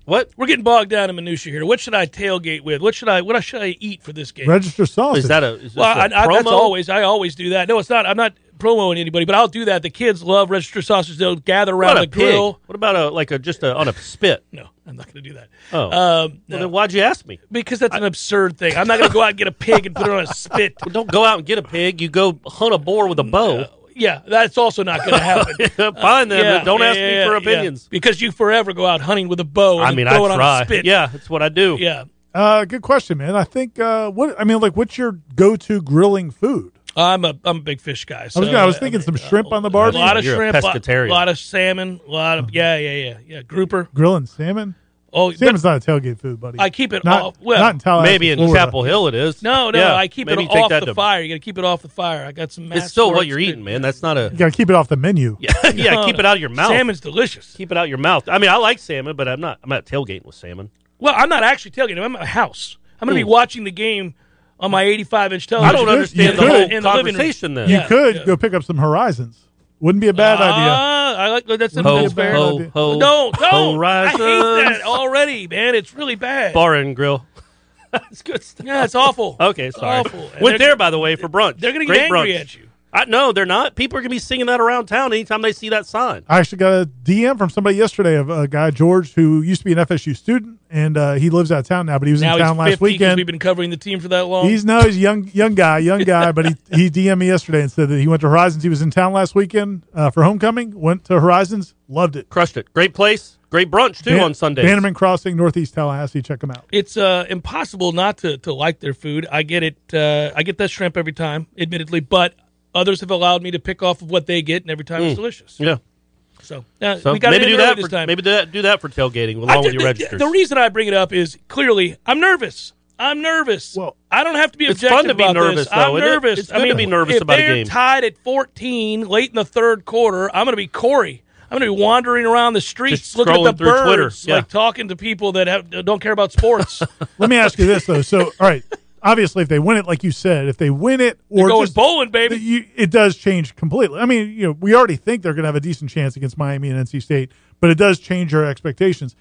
E: what
C: We're getting bogged down in minutia here. What should I tailgate with? What should I what should I eat for this game?
D: Register sausage.
E: is that a? Is this
C: well,
E: a
C: I, I,
E: promo?
C: that's always I always do that. No, it's not. I'm not promoting anybody, but I'll do that. The kids love register sausage. They'll gather around
E: What
C: the
E: a pig.
C: grill.
E: What about a like a just a, on a spit?
C: No, I'm not going to do that.
E: Oh,
C: Um,
E: well,
C: no,
E: then why'd you ask me?
C: because that's an absurd thing. I'm not going to go out and get a pig and put it on a spit.
E: [laughs] Well, don't go out and get a pig. You go hunt a boar with a bow.
C: Yeah, that's also
E: [laughs]
C: not going to happen.
E: Find them.
C: Yeah,
E: but don't
C: yeah,
E: ask
C: yeah,
E: me for
C: yeah.
E: opinions.
C: because you forever go out hunting with a bow. And
E: I mean, I
C: throw it on a
E: try.
C: spit.
E: Yeah, that's what I do.
C: yeah.
D: Uh, good question, man. I think uh, what I mean, like, what's your go-to grilling food?
C: I'm a I'm a big fish guy. So
D: I was, gonna- I was thinking some shrimp on the bar.
C: A lot of
E: You're a
C: shrimp, a lot,
E: pescatarian.
C: lot of salmon, a lot of yeah, yeah, yeah, yeah. Grouper.
D: grilling salmon.
C: Oh, but
D: Salmon's not a tailgate food, buddy.
C: I keep it
D: not,
C: all- well,
D: not in Tallahassee,
E: Maybe in
D: Florida.
E: Chapel Hill it is.
C: no, no,
E: Yeah,
C: I keep it
E: maybe take
C: off
E: that
C: the
E: to-
C: fire. You got to keep it off the fire. I got some.
E: It's still
C: mashed
E: what you're
C: pork.
E: eating, man. That's not
C: [laughs]
E: a.
D: You gotta keep it off the menu.
E: Yeah, yeah. Keep it out of your mouth.
C: Salmon's delicious.
E: Keep it out of your mouth. I mean, I like salmon, but I'm not. I'm not tailgating with salmon.
C: Well, I'm not actually tailgating. I'm at my house. I'm going to
E: Mm.
C: be watching the game on my 85 inch television.
E: I don't
D: could-
E: understand
D: you
E: the whole
D: could.
C: In the living room.
E: conversation. Then
D: You
C: Yeah,
D: could
C: yeah.
D: go pick up some horizons. Wouldn't be a bad idea.
C: Ah, I like
D: Wouldn't
C: that's,
D: be
E: ho
C: that's
D: a
C: fair.
D: bad
E: ho
D: idea.
E: ho.
C: No, don't. I hate
E: Horizons.
C: that already, man. It's really bad.
E: Bar and grill. That's good stuff.
C: Yeah, it's awful.
E: Okay, sorry.
C: Awful. And
E: Went
C: they're-
E: there, by the way, for brunch.
C: They're going to
E: Great
C: get angry
E: brunch.
C: at you.
E: I, no, they're not. People are going to be singing that around town anytime they see that sign.
D: I actually got a DM from somebody yesterday of a guy George who used to be an FSU student and uh, he lives out of town now, but he was
C: Now
D: in town
C: he's 50
D: last
C: 'cause we've
D: weekend.
C: been covering the team for that long.
D: He's no, he's a young young guy, young guy, but he
E: [laughs]
D: he DM'd me yesterday and said that he went to Horizons. He was in town last weekend uh, for homecoming. Went to Horizons, loved it.
E: Crushed it. Great place. Great brunch too
D: Ban-
E: on Sundays.
D: Bannerman Crossing, Northeast Tallahassee. Check them out.
C: it's uh, impossible not to, to like their food. I get it. Uh, I get that shrimp every time, admittedly, but others have allowed me to pick off of what they get, and every time it's delicious.
E: Mm. Yeah.
C: So, uh,
E: So
C: we got
E: maybe do that
C: this
E: for,
C: time.
E: maybe do that, do that for tailgating
C: I
E: along with
C: did-
E: your
C: the-
E: registers.
C: The reason I bring it up is clearly I'm nervous. I'm nervous. Well, I don't have to be
E: it's
C: objective
E: fun to be
C: about
E: nervous,
C: this. I'm
E: though, isn't it?
C: nervous.
E: It's
C: I
E: good to
C: mean,
E: be nervous
C: if
E: about a
C: they're
E: game.
C: tied at 14 late in the third quarter, I'm going to be Corey. I'm going to be wandering around the streets
E: Just
C: looking at
E: scrolling
C: the
E: through Twitter.
C: birds,
E: Yeah.
C: like talking to people that have, don't care about sports.
D: Let me ask you this though. So, all right, obviously, if they win it, like you said, if they win it or
C: They're going
D: just-
C: bowling, baby.
D: you, it does change completely. I mean, you know, we already think they're going to have a decent chance against Miami and NC State, but it does change our expectations.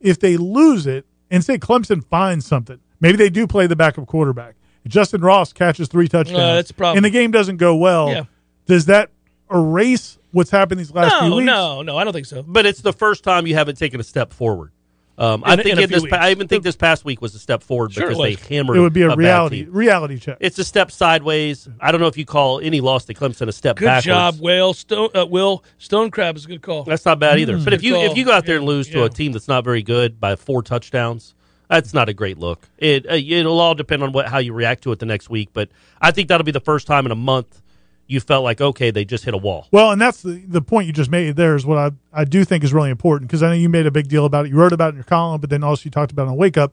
D: If they lose it and say Clemson finds something, maybe they do play the backup quarterback. Justin Ross catches three touchdowns.
C: No, that's a problem.
D: And the game doesn't go well.
C: Yeah.
D: Does that erase what's happened these last few
C: no,
D: weeks?
C: no, no. I don't think so.
E: but it's the first time you haven't taken a step forward. Um, I
C: In-
E: think
C: in a
E: in
C: few
E: this. pa- I even think this past week was a step forward
C: Sure it
E: because
C: was.
E: they hammered.
D: It would be a
E: bad
D: reality
E: team.
D: reality check.
E: It's a step sideways. I don't know if you call any loss to Clemson a step
C: Good
E: backwards.
C: job, Will. Stone, uh, Will Stone Crab is a good call. Hmm.
E: That's not bad either. But if
C: Good
E: you
C: call.
E: if you go out there and
C: Yeah,
E: lose to
C: yeah.
E: a team that's not very good by four touchdowns, that's not a great look. It uh, it'll all depend on what how you react to it the next week. But I think that'll be the first time in a month you felt like okay, they just hit a wall.
D: Well, and that's the, the point you just made there is what I, I do think is really important because I know you made a big deal about it. You wrote about it in your column, but then also you talked about it on Wake Up.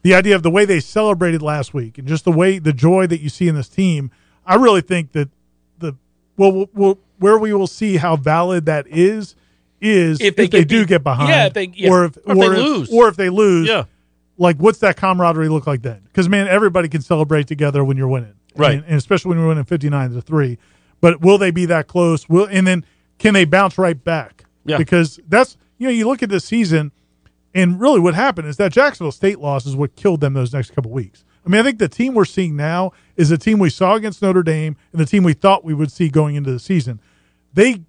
D: The idea of the way they celebrated last week and just the way the joy that you see in this team. I really think that the well, we'll, we'll where we will see how valid that is is
C: If
D: if
C: they
D: they,
C: get
D: do
C: beat-
D: get behind,
C: yeah, if they- yeah.
D: or if,
E: Or if they lose.
D: or if they lose,
E: Yeah.
D: Like, what's that camaraderie look like then? Because man, everybody can celebrate together when you're winning,
E: Right.
D: And, and especially when you're winning 59 to three. But will they be that close? Will and then can they bounce right back?
E: Yeah.
D: Because that's you know you look at this season, and really what happened is that Jacksonville State loss is what killed them those next couple weeks. I mean, I think the team we're seeing now is the team we saw against Notre Dame and the team we thought we would see going into the season. They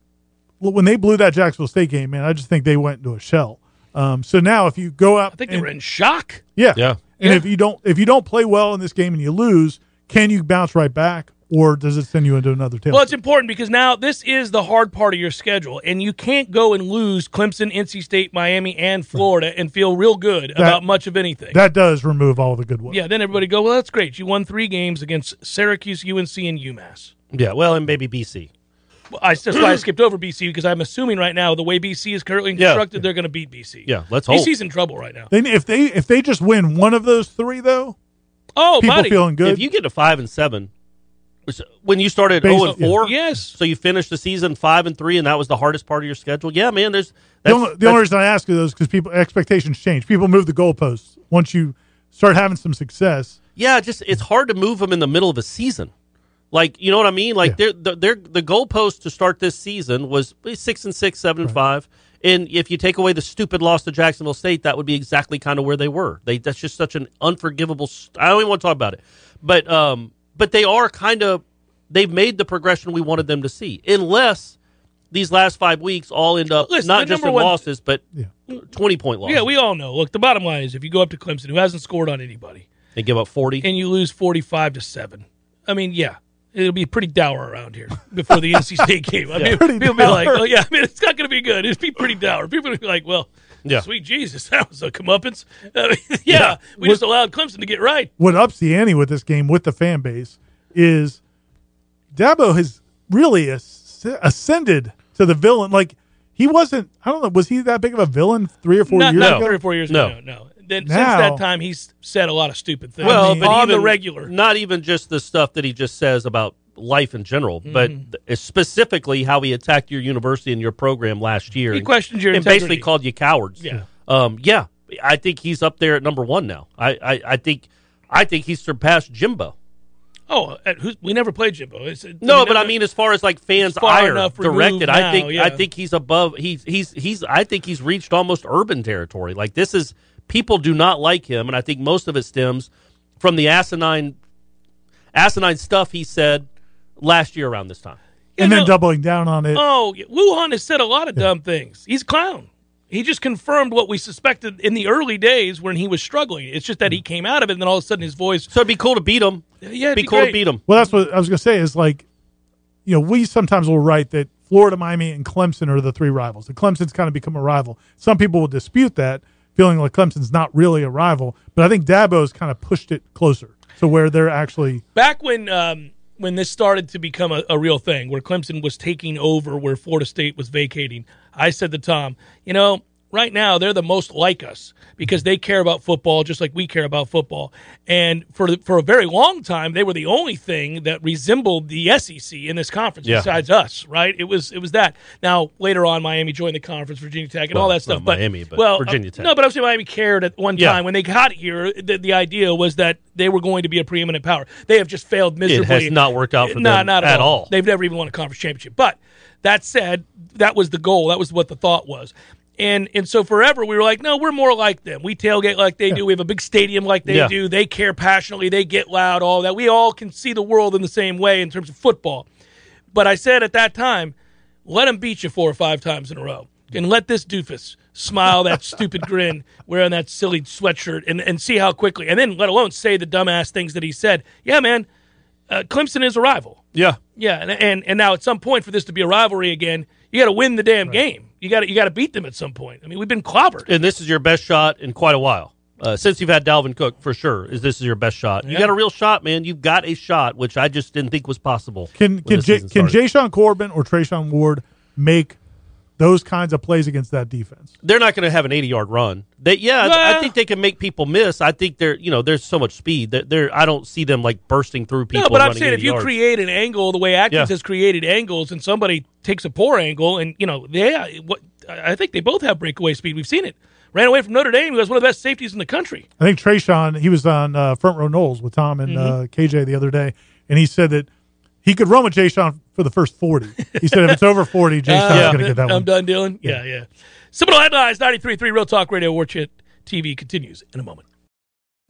D: when they blew that Jacksonville State game, man, I just think they went into a shell. Um, so now if you go out,
C: I think they
D: and,
C: were in shock.
D: yeah,
E: Yeah.
D: and
C: Yeah.
D: if you don't if you don't play well in this game and you lose, can you bounce right back, or does it send you into another tail?
C: Well, it's important because now this is the hard part of your schedule, and you can't go and lose Clemson, NC State, Miami, and Florida and feel real good about much of anything.
D: that does remove all the good ones.
C: yeah, then everybody go, well, that's great. You won three games against Syracuse, UNC, and UMass.
E: Yeah, well, and maybe BC.
C: Well, I, that's why I skipped over BC because I'm assuming right now the way BC is currently
E: Yeah.
C: constructed, they're going to beat BC.
E: Yeah, let's hope.
C: BC's in trouble right now.
D: They, if they if they just win one of those three though,
C: Oh,
D: people
C: buddy.
D: feeling good.
E: If you get to five and seven, which when you started
D: Based-
E: zero and four,
C: yes.
E: So you finished the season five and three, and that was the hardest part of your schedule. Yeah, man. There's
D: the
E: that's,
D: only, the only
E: that's-
D: reason I ask you those because people expectations change. People move the goalposts once you start having some success.
E: yeah, just it's hard to move them in the middle of a season. Like you know what I mean? Like they're, they're the goalpost to start this season was six and six, seven and five. And if you take away the stupid loss to Jacksonville State, that would be exactly kind of where they were. They that's just such an unforgivable. St- I don't even want to talk about it, but um, but they are kind of they've made the progression we wanted them to see, unless these last five weeks all end up
C: Listen, the
E: not just
C: number
E: in
C: one-
E: losses, but twenty point losses.
C: Yeah, we all know. Look, the bottom line is if you go up to Clemson, who hasn't scored on anybody,
E: they give up forty.
C: and you lose 45 to 7. I mean, yeah. It'll be pretty dour around here
E: [laughs]
C: before the NC State game. I mean, people be like, "Oh yeah, I mean, it's not going to be good. It'll
E: [laughs]
C: be pretty dour." People will be like, "Well,
E: Yeah.
C: sweet Jesus, [laughs] that was a comeuppance." I mean, yeah, we just allowed Clemson to get right.
D: what ups the ante with this game with the fan base is Dabo has really as- ascended to the villain. Like he wasn't. I don't know. Was he that big of a villain three or four
C: not
D: years
C: not
D: ago?
C: three or four years
E: No.
C: ago. No, then
D: Now-
C: since that time, he's said a lot of stupid things.
E: well, but
C: on
E: even,
C: the regular,
E: not even just the stuff that he just says about life in general, but
C: Mm-hmm.
E: th- specifically how he attacked your university and your program last year.
C: He
E: and-
C: questioned your
E: and basically
C: integrity.
E: called you cowards.
C: Yeah.
E: um, yeah. I think he's up there at number one now. I, I, I think, I think he's surpassed Jimbo.
C: oh, at who's, we never played Jimbo. It's,
E: No, but I mean, as far as like fans'
C: far
E: ire
C: enough removed
E: directed,
C: now,
E: I think
C: yeah.
E: I think he's above. He's he's he's. I think he's reached almost urban territory. Like this is people do not like him, and I think most of it stems from the asinine, asinine stuff he said last year around this time.
C: you
D: and then
C: know-
D: doubling down on it.
C: Oh, yeah. Wuhan has said a lot of dumb things. He's a clown. He just confirmed what we suspected in the early days when he was struggling. It's just that he came out of it, and then all of a sudden his voice.
E: Mm. So it'd be cool to beat him.
C: Yeah, it'd
E: be,
C: be
E: cool
C: great.
E: to beat him.
D: well, that's what I was gonna say. Is like, you know, we sometimes will write that Florida, Miami, and Clemson are the three rivals. The Clemson's kind of become a rival. Some people will dispute that, feeling like Clemson's not really a rival. But I think Dabo's kind of pushed it closer to where they're actually.
C: Back when um, when this started to become a, a real thing, where Clemson was taking over, where Florida State was vacating, I said to Tom, you know, right now they're the most like us because they care about football just like we care about football. And for the- for a very long time, they were the only thing that resembled the SEC in this conference
E: Yeah.
C: besides us, right? It was it was that. Now later on, Miami joined the conference, Virginia Tech, and all
E: Well,
C: that stuff.
E: not Miami, but
C: well,
E: Virginia Tech.
C: No, but I'm saying Miami cared at one time
E: Yeah.
C: when they got here. The, the idea was that they were going to be a preeminent power. They have just failed
E: It
C: miserably.
E: has not worked out for
C: No,
E: them
C: not
E: at all.
C: They've never even won a conference championship. But that said, that was the goal. That was what the thought was. And and so forever we were like, no, we're more like them. We tailgate like they do. We have a big stadium like they
E: Yeah.
C: do. They care passionately. They get loud. All that. We all can see the world in the same way in terms of football. But I said at that time, let them beat you four or five times in a row, and let this doofus smile that stupid grin wearing that silly sweatshirt, and and see how quickly, and then let alone say the dumbass things that he said. Yeah, man, uh, Clemson is a rival.
E: Yeah.
C: Yeah, and, and and now at some point for this to be a rivalry again, you got to win the damn game. You got you got to beat them at some point. I mean, we've been clobbered.
E: And this is your best shot in quite a while. Uh, since you've had Dalvin Cook, for sure, is this is your best shot? You
C: Yeah.
E: got a real shot, man. You've got a shot, which I just didn't think was possible.
D: Can
E: when
D: can
E: the
D: J,
E: season
D: can
E: started.
D: Jayshon Corbin or Trayshawn Ward make those kinds of plays against that defense?
E: They're not going to have an eighty-yard run. They, yeah, I th- I
C: Well-
E: think they can make people miss. I think they're, you know, there's so much speed that they're. I don't see them like bursting through people.
C: No, but I'm
E: running
C: saying if
E: 80
C: you
E: yards.
C: create an angle the way Atkins
E: Yeah.
C: has created angles, and somebody takes a poor angle, and you know, they, what I I think they both have breakaway speed. We've seen it. Ran away from Notre Dame. He was one of the best safeties in the country.
D: I think Trayshawn he was on uh, front row Knowles with Tom and
C: Mm-hmm.
D: uh, KJ the other day, and he said that he could run with Jayshon for the first forty. He said if it's over forty, Jayshon's
C: [laughs] Uh,
D: going to get that
C: I'm
D: one.
C: done, Dylan. Yeah, yeah. Seminole Headlines 93.3 Real Talk Radio War Chant TV continues in a moment.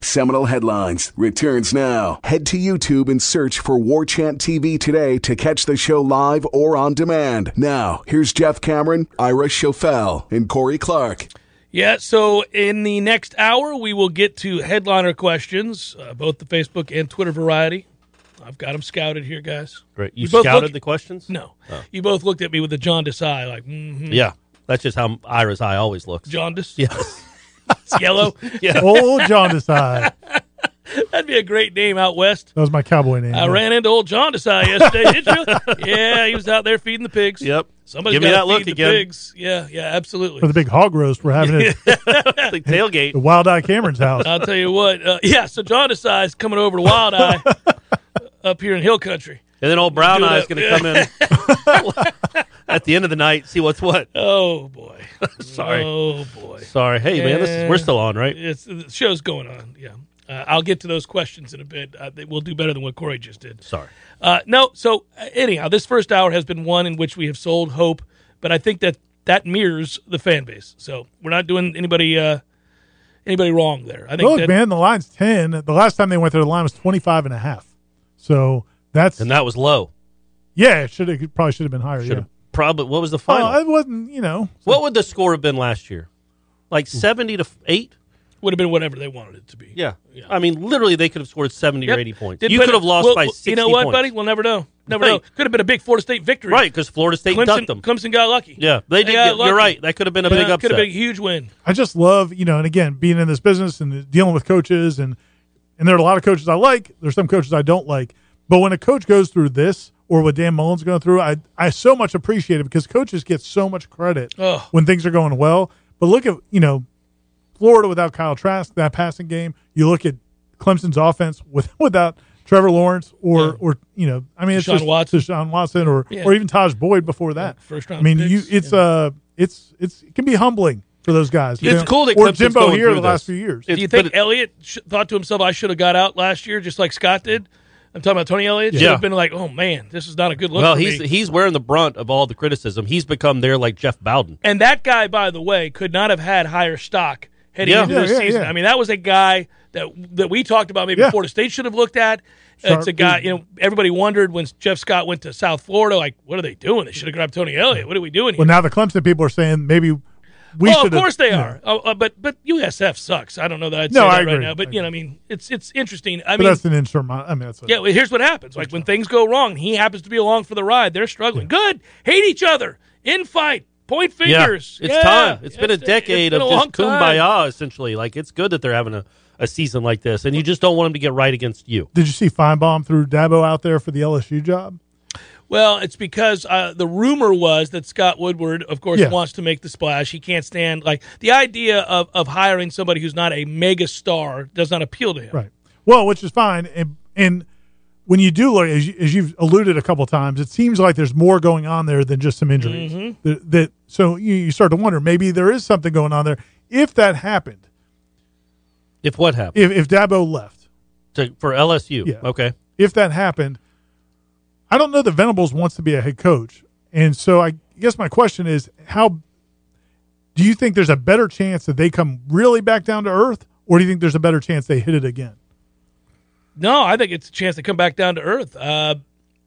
B: Seminal Headlines returns now. Head to YouTube and search for War Chant TV today to catch the show live or on demand. Now, here's Jeff Cameron, Ira Schofel, and Corey Clark.
C: Yeah, so in the next hour, we will get to headliner questions, uh, both the Facebook and Twitter variety. I've got them scouted here, guys.
E: Great. You,
C: both
E: scouted
C: look-
E: the questions?
C: No.
E: Oh.
C: You both looked at me with a jaundiced eye, like, mm-hmm.
E: Yeah, that's just how Ira's eye always looks.
C: Jaundice?
E: Yes.
C: It's [laughs] yellow.
E: Yeah.
D: Old John Desai.
C: That'd be a great name out west.
D: That was my cowboy name.
C: [laughs] I ran into old jaundice eye yesterday, did you? Yeah, he was out there feeding the pigs.
E: Yep.
C: Somebody's
E: Give me that
C: gotta
E: look
C: feed the
E: again.
C: pigs. Yeah, yeah, absolutely.
D: for the big hog roast we're having
C: [laughs]
D: at
E: the tailgate.
D: the Wild Eye Cameron's house.
C: I'll tell you what. Uh, yeah, so jaundice eye is coming over to Wild Eye up here in Hill Country.
E: And then old brown
C: Do
E: eye's
C: that.
E: going to come in at the end of the night, see what's what.
C: Oh boy.
E: [laughs] Sorry.
C: Oh boy.
E: Sorry. Hey, man, this is, we're still on, right?
C: It's the show's going on. Yeah. Uh, I'll get to those questions in a bit. Uh, they- we'll do better than what Corey just did.
E: Sorry.
C: Uh, no, so uh, anyhow, this first hour has been one in which we have sold hope, but I think that that mirrors the fan base. So we're not doing anybody uh, anybody wrong there. I think
D: Look,
C: that,
D: man, the line's 10. The last time they went there, the line was 25 and a half. So that's,
E: And that was low.
D: yeah, it, should it probably should have been higher.
E: Should have probably. What was the
D: yeah.
E: final?
D: Oh, it wasn't, you know,
E: what would the score have been last year? Like seventy to eight?
C: would have been whatever they wanted it to be.
E: Yeah. I mean, literally, they could have scored seventy
C: Yep.
E: or eighty points.
C: Didn't
E: you
C: put
E: could
C: it-
E: have lost
C: well,
E: by
C: well,
E: sixty.
C: You know what,
E: points.
C: budty? We'll never know. Never
E: Right.
C: know. Could have been a big Florida State victory.
E: Right, because Florida State
C: Clemson,
E: ducked them.
C: Clemson got lucky.
E: Yeah, they did.
C: got
E: get-
C: lucky.
E: You're right. That could have been a
C: But
E: big
C: it Could
E: upset.
C: have been a huge win.
D: I just love, you know, and again, being in this business and dealing with coaches and and there are a lot of coaches I like. There's some coaches I don't like. But when a coach goes through this or what Dan Mullen's going through, I I so much appreciate it because coaches get so much credit
C: Ugh.
D: when things are going well. But look at, you know, Florida without Kyle Trask, that passing game. You look at Clemson's offense [laughs] with, without Trevor Lawrence or
C: Yeah.
D: or you know, I mean it's
C: Deshaun
D: just
C: Watson.
D: Deshaun Watson or
C: Yeah.
D: or even Taj Boyd before that.
C: first
D: I
C: round
D: mean,
C: picks,
D: you it's
C: yeah.
D: uh it's it's it can be humbling for those guys. you
E: It's
D: know?
E: cool that
D: or
E: Clemson's
D: Jimbo
E: going
D: here the
E: through
D: last
E: this.
D: few years.
E: It's-
C: Do you think
E: but it-
C: Elliott sh- thought to himself, "I should have got out last year, just like Scott did"? I'm talking about Tony Elliott. Should
E: Yeah.
C: have been like, "Oh man, this is not a good look."
E: well,
C: for
E: he's
C: me."
E: he's wearing the brunt of all the criticism. He's become there like Jeff Bowden.
C: and that guy, by the way, could not have had higher stock heading
E: Yeah.
C: into
E: Yeah,
C: the
E: yeah,
C: season.
E: yeah.
C: I mean, that was a guy that that we talked about maybe
E: Yeah.
C: Florida State should have looked at.
E: Sharp
C: it's a guy, you know, everybody wondered when Jeff Scott went to South Florida, like, what are they doing? They should have grabbed Tony Elliott. What are we doing here?
D: Well, now the Clemson people are saying maybe we
C: well, of
D: should.
C: course they are. Oh, uh, but but USF sucks. I don't know that I'd
D: No,
C: say that
D: I
C: right
D: agree.
C: now. But you know, I mean, it's it's interesting. I
D: but
C: mean,
D: that's an insurmountable. I mean, that's a,
C: yeah. well, Here's what happens: like when things go wrong, he happens to be along for the ride. They're struggling. Good. Hate each other. In fight. Point
E: Yeah.
C: fingers.
E: It's
C: Yeah.
E: time. it's been a
C: It's- it's
E: decade
C: been a
E: of
C: long
E: just
C: time.
E: kumbaya, essentially. Like it's good that they're having a, a season like this, and you just don't want them to get right against you.
D: Did you see Feinbaum threw Dabo out there for the LSU job?
C: Well, it's because uh, the rumor was that Scott Woodward, of course,
D: Yeah.
C: wants to make the splash. He can't stand like the idea of, of hiring somebody who's not a mega star does not appeal to him.
D: Right. Well, which is fine. And, and when you do look, as, you, as you've alluded a couple times, it seems like there's more going on there than just some injuries.
C: Mhm.
E: Mm-hmm.
D: That, that so you, you start to wonder maybe there is something going on there. If that happened,
E: If what happened
D: if if Dabo left,
E: to, for LSU?
D: Yeah.
E: Okay.
D: if that happened, I don't know that Venables wants to be a head coach, and so I guess my question is how. Do you think there's a better chance that they come really back down to earth, or do you think there's a better chance they hit it again?
C: No, I think it's a chance to come back down to earth. Uh,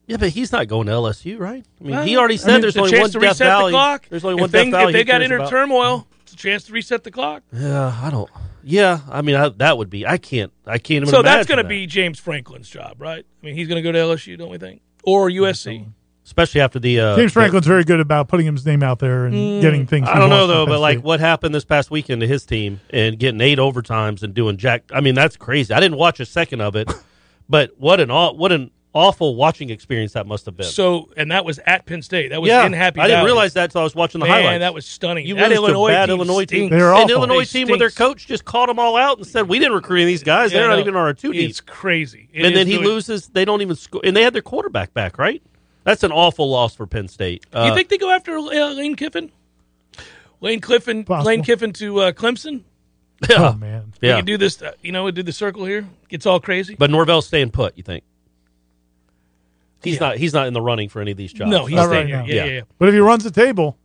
E: yeah, but he's not going to LSU, right? I mean,
C: Well,
E: he already
C: I
E: said
C: mean,
E: there's
C: it's a
E: only
C: chance
E: one
C: to
E: Death
C: reset
E: Valley.
C: The clock.
E: There's only
C: If
E: one
C: they,
E: Death Valley.
C: If they
E: he
C: got
E: cares
C: inner
E: about.
C: turmoil, it's a chance to reset the clock.
E: yeah, I don't. Yeah, I mean I, that would be. I can't. I can't even.
C: so that's
E: imagine
C: going to
E: that.
C: be James Franklin's job, right? I mean, he's going to go to LSU, don't we think, or USC?
E: especially after the uh,
D: James
E: the-
D: Franklin's very good about putting his name out there and
C: Mm.
D: getting things.
E: I
D: he
E: don't know
D: wants
E: though,
D: from
E: but
D: Penn
E: like
D: State.
E: what happened this past weekend to his team and getting eight overtimes and doing jack. I mean, that's crazy. I didn't watch a second of it, but what an aw- what an awful watching experience that must have been.
C: So, and that was at Penn State. That was
E: yeah,
C: in Happy.
E: I didn't
C: Valley.
E: realize that until I was watching the
C: Man,
E: highlights.
C: that was stunning.
E: You
C: that
E: lose
C: Illinois
E: to a bad
C: team
E: Illinois team.
C: stinks.
E: An Illinois team with their
C: stinks.
E: coach just called them all out and said, "We didn't recruit any of these guys.
C: Yeah, I
E: They're not
C: know.
E: even on our two deep."
C: It's crazy. It
E: and then
C: is
E: he
C: really-
E: loses. They don't even score, and they had their quarterback back, right? That's an awful loss for Penn State.
C: you
E: Uh,
C: think they go after uh, Lane Kiffin? Lane Kiffin, Lane Kiffin to uh, Clemson.
E: [laughs] Yeah.
D: man.
C: We
E: Yeah.
C: can do this. Uh, you know, we do the circle here. Gets all crazy.
E: But Norvell's staying put. You think he's not? He's not in the running for any of these jobs.
C: No, he's
E: I
C: Not staying
E: think.
C: here. Yeah, yeah, yeah.
D: But if he runs the table,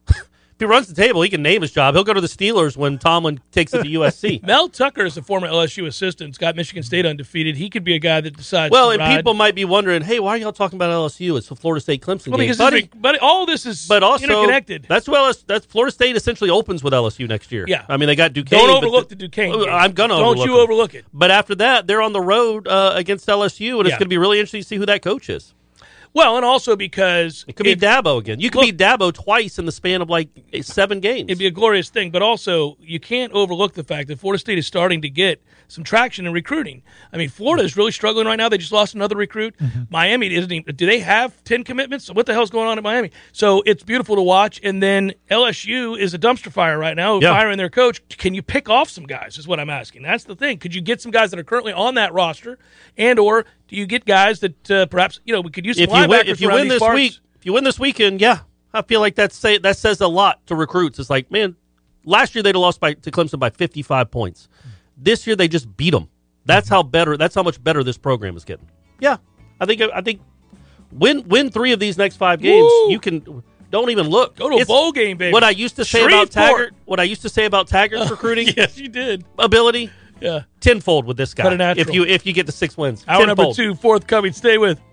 E: If he runs the table, he can name his job. He'll go to the Steelers when Tomlin takes
C: [laughs]
E: it to USC.
C: Mel Tucker is a former LSU assistant. He's Got Michigan State undefeated. He could be a guy that decides.
E: Well,
C: to
E: and
C: ride.
E: people might be wondering, hey, why are y'all talking about LSU? It's the Florida State Clemson
C: Well,
E: game,
C: because
E: buddy.
C: buddy, buddy, all this is
E: but also
C: interconnected.
E: That's well. that's- That's Florida State essentially opens with LSU next year.
C: Yeah.
E: I mean they got Duquesne.
C: Don't
E: but
C: overlook the Duquesne game.
E: I'm gonna.
C: Don't
E: overlook
C: you
E: them.
C: overlook it.
E: But after that, they're on the road uh, against LSU, and
C: Yeah.
E: it's going to be really interesting to see who that coach is.
C: Well, and also because
E: It could be Dabo again. You could be Dabo twice in the span of like seven games.
C: It'd be a glorious thing, but also you can't overlook the fact that Florida State is starting to get some traction in recruiting. I mean, Florida is really struggling right now. They just lost another recruit.
E: Mm-hmm.
C: Miami isn't even. Do they have ten commitments? What the hell's going on at Miami? So it's beautiful to watch. And then LSU is a dumpster fire right now,
E: Yeah.
C: firing their coach. Can you pick off some guys? Is what I'm asking. That's the thing. Could you get some guys that are currently on that roster, and or do you get guys that uh, perhaps you know we could use some
E: if you win,
C: linebackers
E: if you
C: around
E: win
C: these
E: this
C: parts?
E: week, if you win this weekend, yeah, I feel like that say that says a lot to recruits. It's like, man, last year they'd have lost by to Clemson by fifty five points. This year they just beat them. That's how better. That's how much better this program is getting. Yeah, I think I think win win three of these next five games. You can don't even look.
C: Go to a bowl game, baby.
E: What I used to say about
C: Shreveport. Oh,
E: Taggart. What I used to say about
C: [laughs]
E: Taggart's recruiting
C: yes, you did.
E: ability.
C: Yeah.
E: Tenfold with this guy.
C: Cut a natural.
E: If you if you get to six wins,
C: Hour number
E: tenfold.
C: two, forthcoming. Stay with.